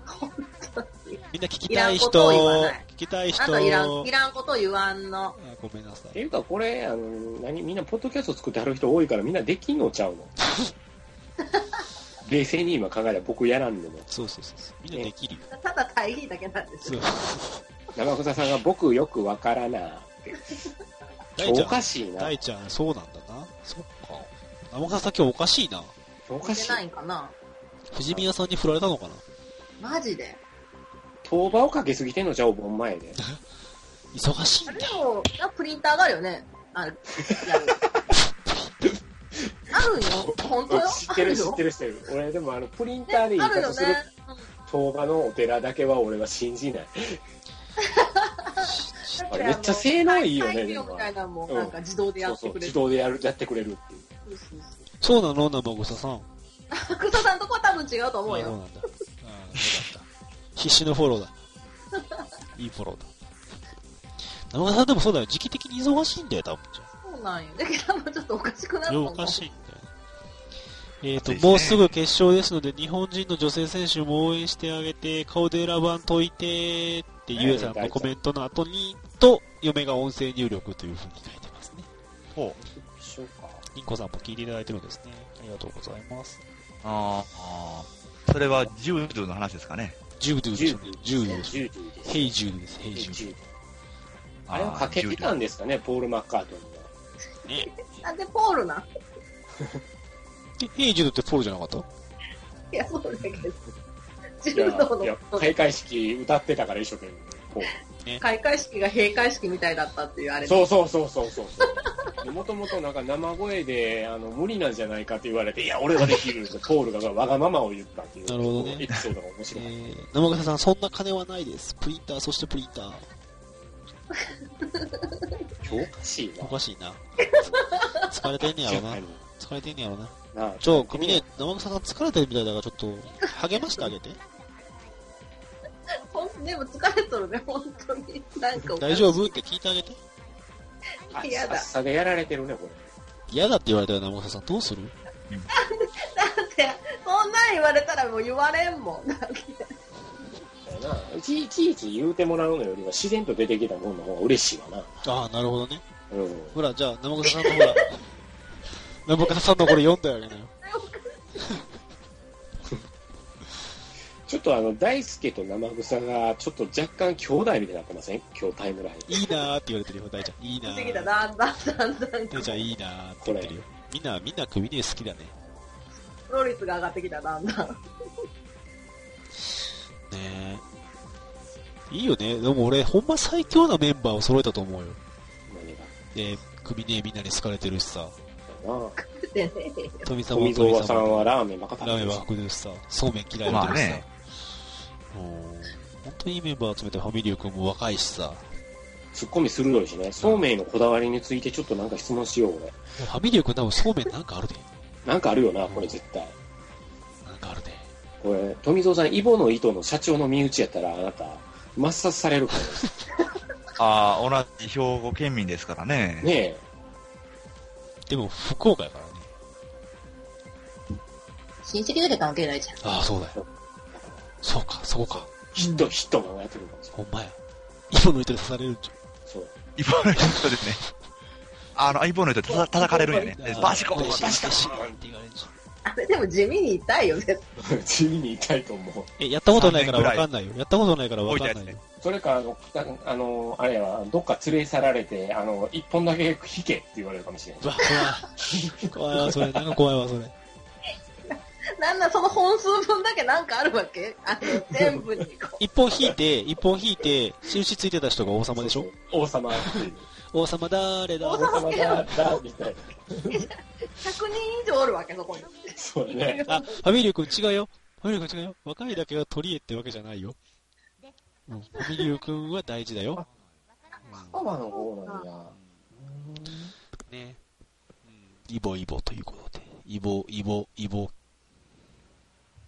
Speaker 4: 本当に。
Speaker 1: みんな聞きたい人、
Speaker 4: いらんことを言わない
Speaker 1: 聞きたい人、
Speaker 4: あといらん、いらんこと言わんの。
Speaker 1: あごめんなさ
Speaker 2: って
Speaker 1: い。
Speaker 2: いうか、これ、あの、何、みんなポッドキャスト作ってはる人多いから、みんなできんのちゃ うの冷静に今考えたら僕やらんでも。
Speaker 1: そうそうそうそう。みんなできるよ。
Speaker 4: ただ会議だけなんです
Speaker 1: そう
Speaker 4: よ。。
Speaker 2: 生草さんが僕よくわからな。
Speaker 1: 大
Speaker 2: お
Speaker 1: ちゃ
Speaker 2: か
Speaker 1: ん、
Speaker 2: しいな。
Speaker 1: 大ちゃん、そうなんだな。そっか。生笠さん今日おかしいな。
Speaker 2: お
Speaker 4: 見
Speaker 2: か
Speaker 4: て
Speaker 2: しい。
Speaker 4: ないんかな
Speaker 1: 藤宮さんに振られたのかな
Speaker 4: マジで。
Speaker 2: 当場をかけすぎてんのちゃう、盆前で。
Speaker 1: 忙しいん
Speaker 4: あ
Speaker 1: だ
Speaker 4: れ。でも、あプリンターがあるよね。ある。やるあるよ。本当よ。
Speaker 2: 知ってる、知って
Speaker 4: る。
Speaker 2: る、知ってる。俺、でもあの、プリン
Speaker 4: ね
Speaker 2: ターでいい
Speaker 4: あるよ
Speaker 2: 方
Speaker 4: ね
Speaker 2: する。当場のお寺だけは俺は信じない。
Speaker 4: うん。
Speaker 2: あれめっちゃ性能いいよね
Speaker 4: 会議料みたいなのもなんか自動でや
Speaker 2: そうそ
Speaker 4: って
Speaker 2: う、
Speaker 4: くれ
Speaker 2: 自
Speaker 4: る。
Speaker 2: 動でやる、やってくれるっていう。
Speaker 4: そうそうそう
Speaker 1: そうなの生草さん。
Speaker 4: 福田さんとこは多分違うと思う
Speaker 1: あそう
Speaker 4: よ。
Speaker 1: なんだ。ああ、よかった。必死のフォローだ。いいフォローだ。生笠さんでもそうだよ。時期的に忙しいんだよ、多分じゃ
Speaker 4: そうなんよ。だけど、ちょっとおかしくな
Speaker 1: あ。い
Speaker 4: ると
Speaker 1: や
Speaker 4: 思う。
Speaker 1: おかしいんだよ。えっ、と、
Speaker 3: そうですね
Speaker 1: もうすぐ決勝ですので、日本人の女性選手も応援してあげて、顔で選ばんといてって、ゆえさんのコメントの後に、と、嫁が音声入力というふうに書いてますね。
Speaker 3: ほ
Speaker 2: 一緒か。
Speaker 1: インコさんも聞いていただいてるんですね。ありがとうございます。
Speaker 3: う。ああ。それは柔道の話ですかね。
Speaker 1: ジュードゥでしょね。ジュードゥでしょ。
Speaker 2: 10時です。
Speaker 1: ヘイジュードゥです。ヘイジュー
Speaker 2: あれをかけてたん
Speaker 3: で。
Speaker 2: ですかね、ポール・マッカートニーは。
Speaker 1: ドゥ。ね。
Speaker 4: なんでポールなん
Speaker 1: でヘイジュードゥってポールじゃなかった
Speaker 4: いや、そうだけど。
Speaker 2: いや
Speaker 4: 柔道
Speaker 2: いや
Speaker 4: の、
Speaker 2: 開会式歌ってたから一生懸命。こう
Speaker 4: 開会式が閉会式みたいだったっていうあれ。
Speaker 2: そうそうそうそうそうそう。もともとなんか生声であの無理なんじゃないかって言われて、いや、俺はできるって、ポールがわがままを言ったっていう
Speaker 1: なるほどね
Speaker 2: エピソードが面白い。
Speaker 1: えー、生笠さん、そんな金はないです。プリンター、そしてプリンター。
Speaker 2: 今日おかしい
Speaker 1: お
Speaker 2: な。
Speaker 1: かしいな。 疲れてんねやろな。疲れてんねやろな。
Speaker 2: なあ
Speaker 1: ちょ、組ね、生笠さん疲れてるみたいだから、ちょっと、励ましてあげて。
Speaker 4: ほんでも疲れとるね、本当に。なんかおかしい
Speaker 1: 大丈夫って聞いてあげて。
Speaker 2: あ
Speaker 4: やだ
Speaker 2: 暑さでやられてるね、これ。
Speaker 1: 嫌だって言われたら生瀬さんどうする
Speaker 4: だって、そんなん言われたらもう言われんもん。なんか
Speaker 2: だよないちいちいち言うてもらうのよりは自然と出てきたもんの方が嬉しいわな。
Speaker 1: ああ、なるほどね。
Speaker 2: うん。
Speaker 1: ほら、じゃあ、生瀬さんのほら、 生瀬さんのこれ読んであげなよ。
Speaker 2: ちょっとあの、大輔と生草が、ちょっと若干兄弟みたいになってません今日タイムライン。
Speaker 1: いいなーって言われてるよ、大ちゃん。いい
Speaker 4: 不
Speaker 1: な
Speaker 4: 思議だ
Speaker 1: ー。
Speaker 4: な、だんだんだんだん。
Speaker 1: 大ちゃんいいなーって言ってるよ。みんな、みんな首ね好きだね。
Speaker 4: プロ率が上がってきた、だんだん。
Speaker 1: ねえ。いいよね。でも俺、ほんま最強なメンバーを揃えたと思うよ。
Speaker 2: 何が。
Speaker 1: で、首ねみんなに好かれてるしさ。
Speaker 2: なあ
Speaker 4: でね、
Speaker 1: 富澤も
Speaker 2: 富
Speaker 1: 富
Speaker 2: 蔵さ
Speaker 1: 澤
Speaker 2: ん
Speaker 1: も。
Speaker 2: はラーメンばっか食
Speaker 1: ラー
Speaker 2: べ
Speaker 1: メ
Speaker 2: て
Speaker 1: ン
Speaker 2: る
Speaker 1: は
Speaker 2: し
Speaker 1: 白熱さ、そうめん嫌いだ
Speaker 3: ま
Speaker 1: け
Speaker 3: あ
Speaker 1: どさ
Speaker 3: ね。
Speaker 1: うん本当にいいメンバー集めてファミリー君も若いしさ。
Speaker 2: ツッコミ鋭いしね。そうめんへのこだわりについてちょっとなんか質問しよう、俺。
Speaker 1: ファミリー君多分そうめんなんかあるで。
Speaker 2: なんかあるよな、これ絶対。
Speaker 1: なんかあるで。
Speaker 2: これ、富蔵さん、イボの糸の社長の身内やったら、あなた、抹殺されるからです
Speaker 3: ああ、同じ兵庫県民ですからね。
Speaker 2: ねえ。
Speaker 1: でも、福岡やからね。
Speaker 4: 親戚だけ関係ないじゃん。
Speaker 1: ああ、そうだよ。そうか、そうか。
Speaker 2: ヒット、ヒットもやってくるかもしれない。
Speaker 1: ほんまや。今の人で刺されるんじ
Speaker 2: そう。
Speaker 3: イボの人ですね。あの、イボの人たた叩かれるんや
Speaker 1: ゃ
Speaker 3: ね
Speaker 1: ん。。
Speaker 3: バシコン
Speaker 1: バ
Speaker 3: バ
Speaker 1: シコン
Speaker 3: シコン
Speaker 1: って言われるんじゃん。
Speaker 4: あれでも地味に痛いよ、絶対。
Speaker 2: 地味に痛いと思う。
Speaker 1: え、やったことないからわかんないよ。やったことないからわかん
Speaker 3: 多
Speaker 1: ないい
Speaker 3: で
Speaker 1: よ。。
Speaker 2: それか、あの、なあのあれは、どっか連れ去られて、あの、一本だけ引けって言われるかもしれないう
Speaker 1: わ、怖い。怖いわ、それ。なんか怖いわ、それ。
Speaker 4: なんだ、その本数分だけなんかあるわけあの、全部にこ
Speaker 1: 一本 引いて、一本引いて、印ついてた人が王様でしょ
Speaker 2: 王様っていう。
Speaker 1: 王様だーれだ
Speaker 4: 王
Speaker 2: 王様だ、だ、みたいな。
Speaker 4: う、100人以上おるわけ、そこに。
Speaker 2: そうだね。
Speaker 1: あ、ファミリー君違うよ。ファミリー君違うよ。若いだけが取り柄ってわけじゃないよ。うん、ファミリー君は大事だよ。
Speaker 2: パパの方なんや。
Speaker 1: ね。イボイボということで。イボ、イボ、イボ。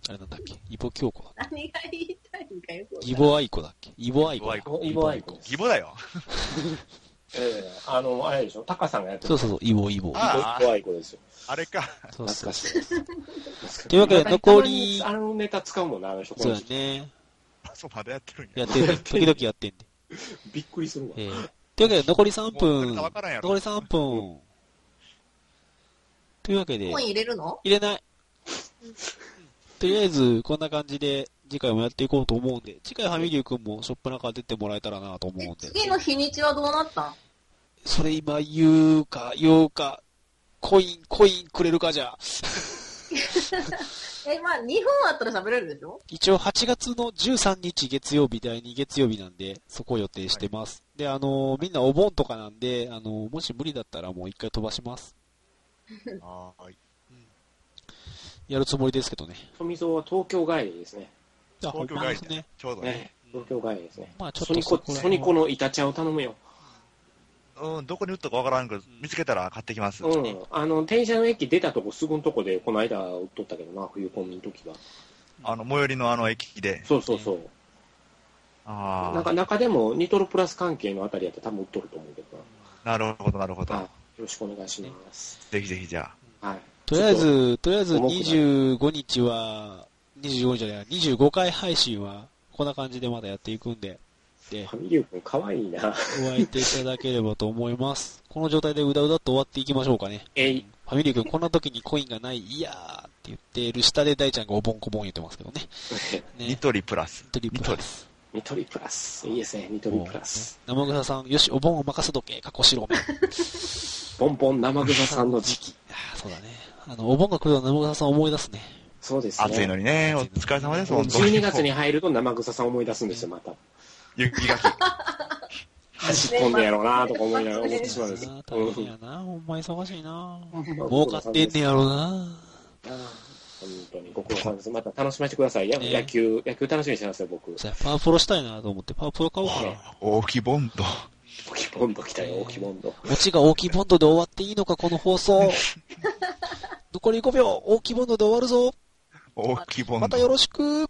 Speaker 1: あれなんだっけイボ京子だっけ
Speaker 4: 何が言いたいんかよ、
Speaker 1: イボ愛子だっけイボ愛子だ。
Speaker 3: イボ
Speaker 2: イボアイコです。
Speaker 3: イボだよ。
Speaker 2: ええあの、あれでしょタカさんがやってる。
Speaker 1: そうそうそう、イボイボ。
Speaker 3: あ
Speaker 2: イボアイコですよ。
Speaker 3: あれか。
Speaker 1: そうそう
Speaker 2: 懐かしいです。
Speaker 1: というわけで残り
Speaker 2: あのネタ使うもんな、あの人。
Speaker 1: そうだね。
Speaker 3: あそう、まだやってるんや。
Speaker 1: やってんね。 時々やってんね。
Speaker 2: びっくりするわ。
Speaker 1: えーというわけで残り3
Speaker 3: も
Speaker 1: 分。
Speaker 3: うわからんやろ
Speaker 1: 残り3分。というわけで、
Speaker 4: コイン
Speaker 1: 入
Speaker 4: 入れるの
Speaker 1: れない。とりあえず、こんな感じで、次回もやっていこうと思うんで、次回ファミリー君もショップなんか出てもらえたらなと思うん
Speaker 4: え
Speaker 1: で。
Speaker 4: 次の日にちはどうなったん
Speaker 1: それ今言うか、言うか、コイン、コインくれるかじゃ。
Speaker 4: え、まあ、2分あったら喋れるでしょ
Speaker 1: 一応8月の13日月曜日、第2月曜日なんで、そこを予定してます。で、あのーみんなお盆とかなんで、あのーもし無理だったらもう一回飛ばします。
Speaker 3: あーはい
Speaker 1: やるつもりですけどね。
Speaker 2: 富蔵は東京帰りですね。
Speaker 1: あ、
Speaker 3: 東京
Speaker 1: ほんま
Speaker 3: 外
Speaker 1: です
Speaker 3: で
Speaker 1: ね
Speaker 3: ね。。ちょうどね。
Speaker 2: ね、東京帰りですね。
Speaker 1: まあちょっと
Speaker 2: ソニコ
Speaker 1: そ、こら
Speaker 2: ソニ
Speaker 1: 辺は
Speaker 2: コのイタチャを頼むよ。
Speaker 3: うん、どこに打ったかわからんけど、見つけたら買ってきます。
Speaker 2: うん。あの、電車の駅出たとこ、すぐのとこで、この間、売っとったけどな、冬コンビの時は。
Speaker 3: あの、最寄りのあの駅で。
Speaker 2: そうそうそう。
Speaker 3: あ
Speaker 2: なんか、
Speaker 3: あ、
Speaker 2: 中でも、ニトロプラス関係のあたりやったら多分売っとると思うけど
Speaker 3: なるほど、なるほ
Speaker 2: な。はい。
Speaker 3: ど
Speaker 2: よ。ろしくお願いします。
Speaker 3: ぜひぜひじゃあ。
Speaker 2: はい。
Speaker 1: とりあえ
Speaker 2: ちょっ
Speaker 1: ず、とりあえず
Speaker 2: 重くない
Speaker 1: 25日は、25日じゃない、25回配信は、こんな感じでまだやっていくんで、で
Speaker 2: と、、ファミリュー君かわいいな。
Speaker 1: お相手いただければと思います。この状態でうだうだと終わっていきましょうかね。
Speaker 2: えい、
Speaker 1: ファミリー君、こんな時にコインがない、いやーって言ってる下で大ちゃんがおぼんこぼん言ってますけどね。ね
Speaker 3: ニトリプラス。
Speaker 1: トリプラス。
Speaker 2: ニトリプラス。いいですね、ニトリプラス。
Speaker 1: 生草さん、よし、お盆を任せとけ、過去しろ。あ
Speaker 2: ボンボン生草さんの時期。
Speaker 1: ーそうだね。あの、お盆が来ると生草さん思い出すね。
Speaker 2: そうですね。
Speaker 3: 暑いのにね。お疲れ様です、
Speaker 2: もう
Speaker 3: 本当に。
Speaker 2: 12月に入ると生臭さを思い出すんですよ、また。
Speaker 3: 雪がき。
Speaker 2: 走っ込んでやろうなとか思いながら思ってしまうんです
Speaker 1: あー
Speaker 2: う
Speaker 1: 大変
Speaker 2: ん
Speaker 1: やな、ほんま忙しいな。
Speaker 2: ん
Speaker 1: 儲かってんねやろな。
Speaker 2: 本当にご苦労さんです。また楽しませてください。や
Speaker 1: ね
Speaker 2: 野球、野球楽しみにしてますよ、僕。
Speaker 1: そうやパワプロしたいなと思って、パワプロ買おうかな。
Speaker 3: 大きボンド。
Speaker 2: オキボンド来たよ、オキボンド。
Speaker 1: オチが大きいボンドで終わっていいのか、この放送。残り5秒、大きいボンドで終わるぞ。
Speaker 3: 大きいボンド。
Speaker 1: またよろしく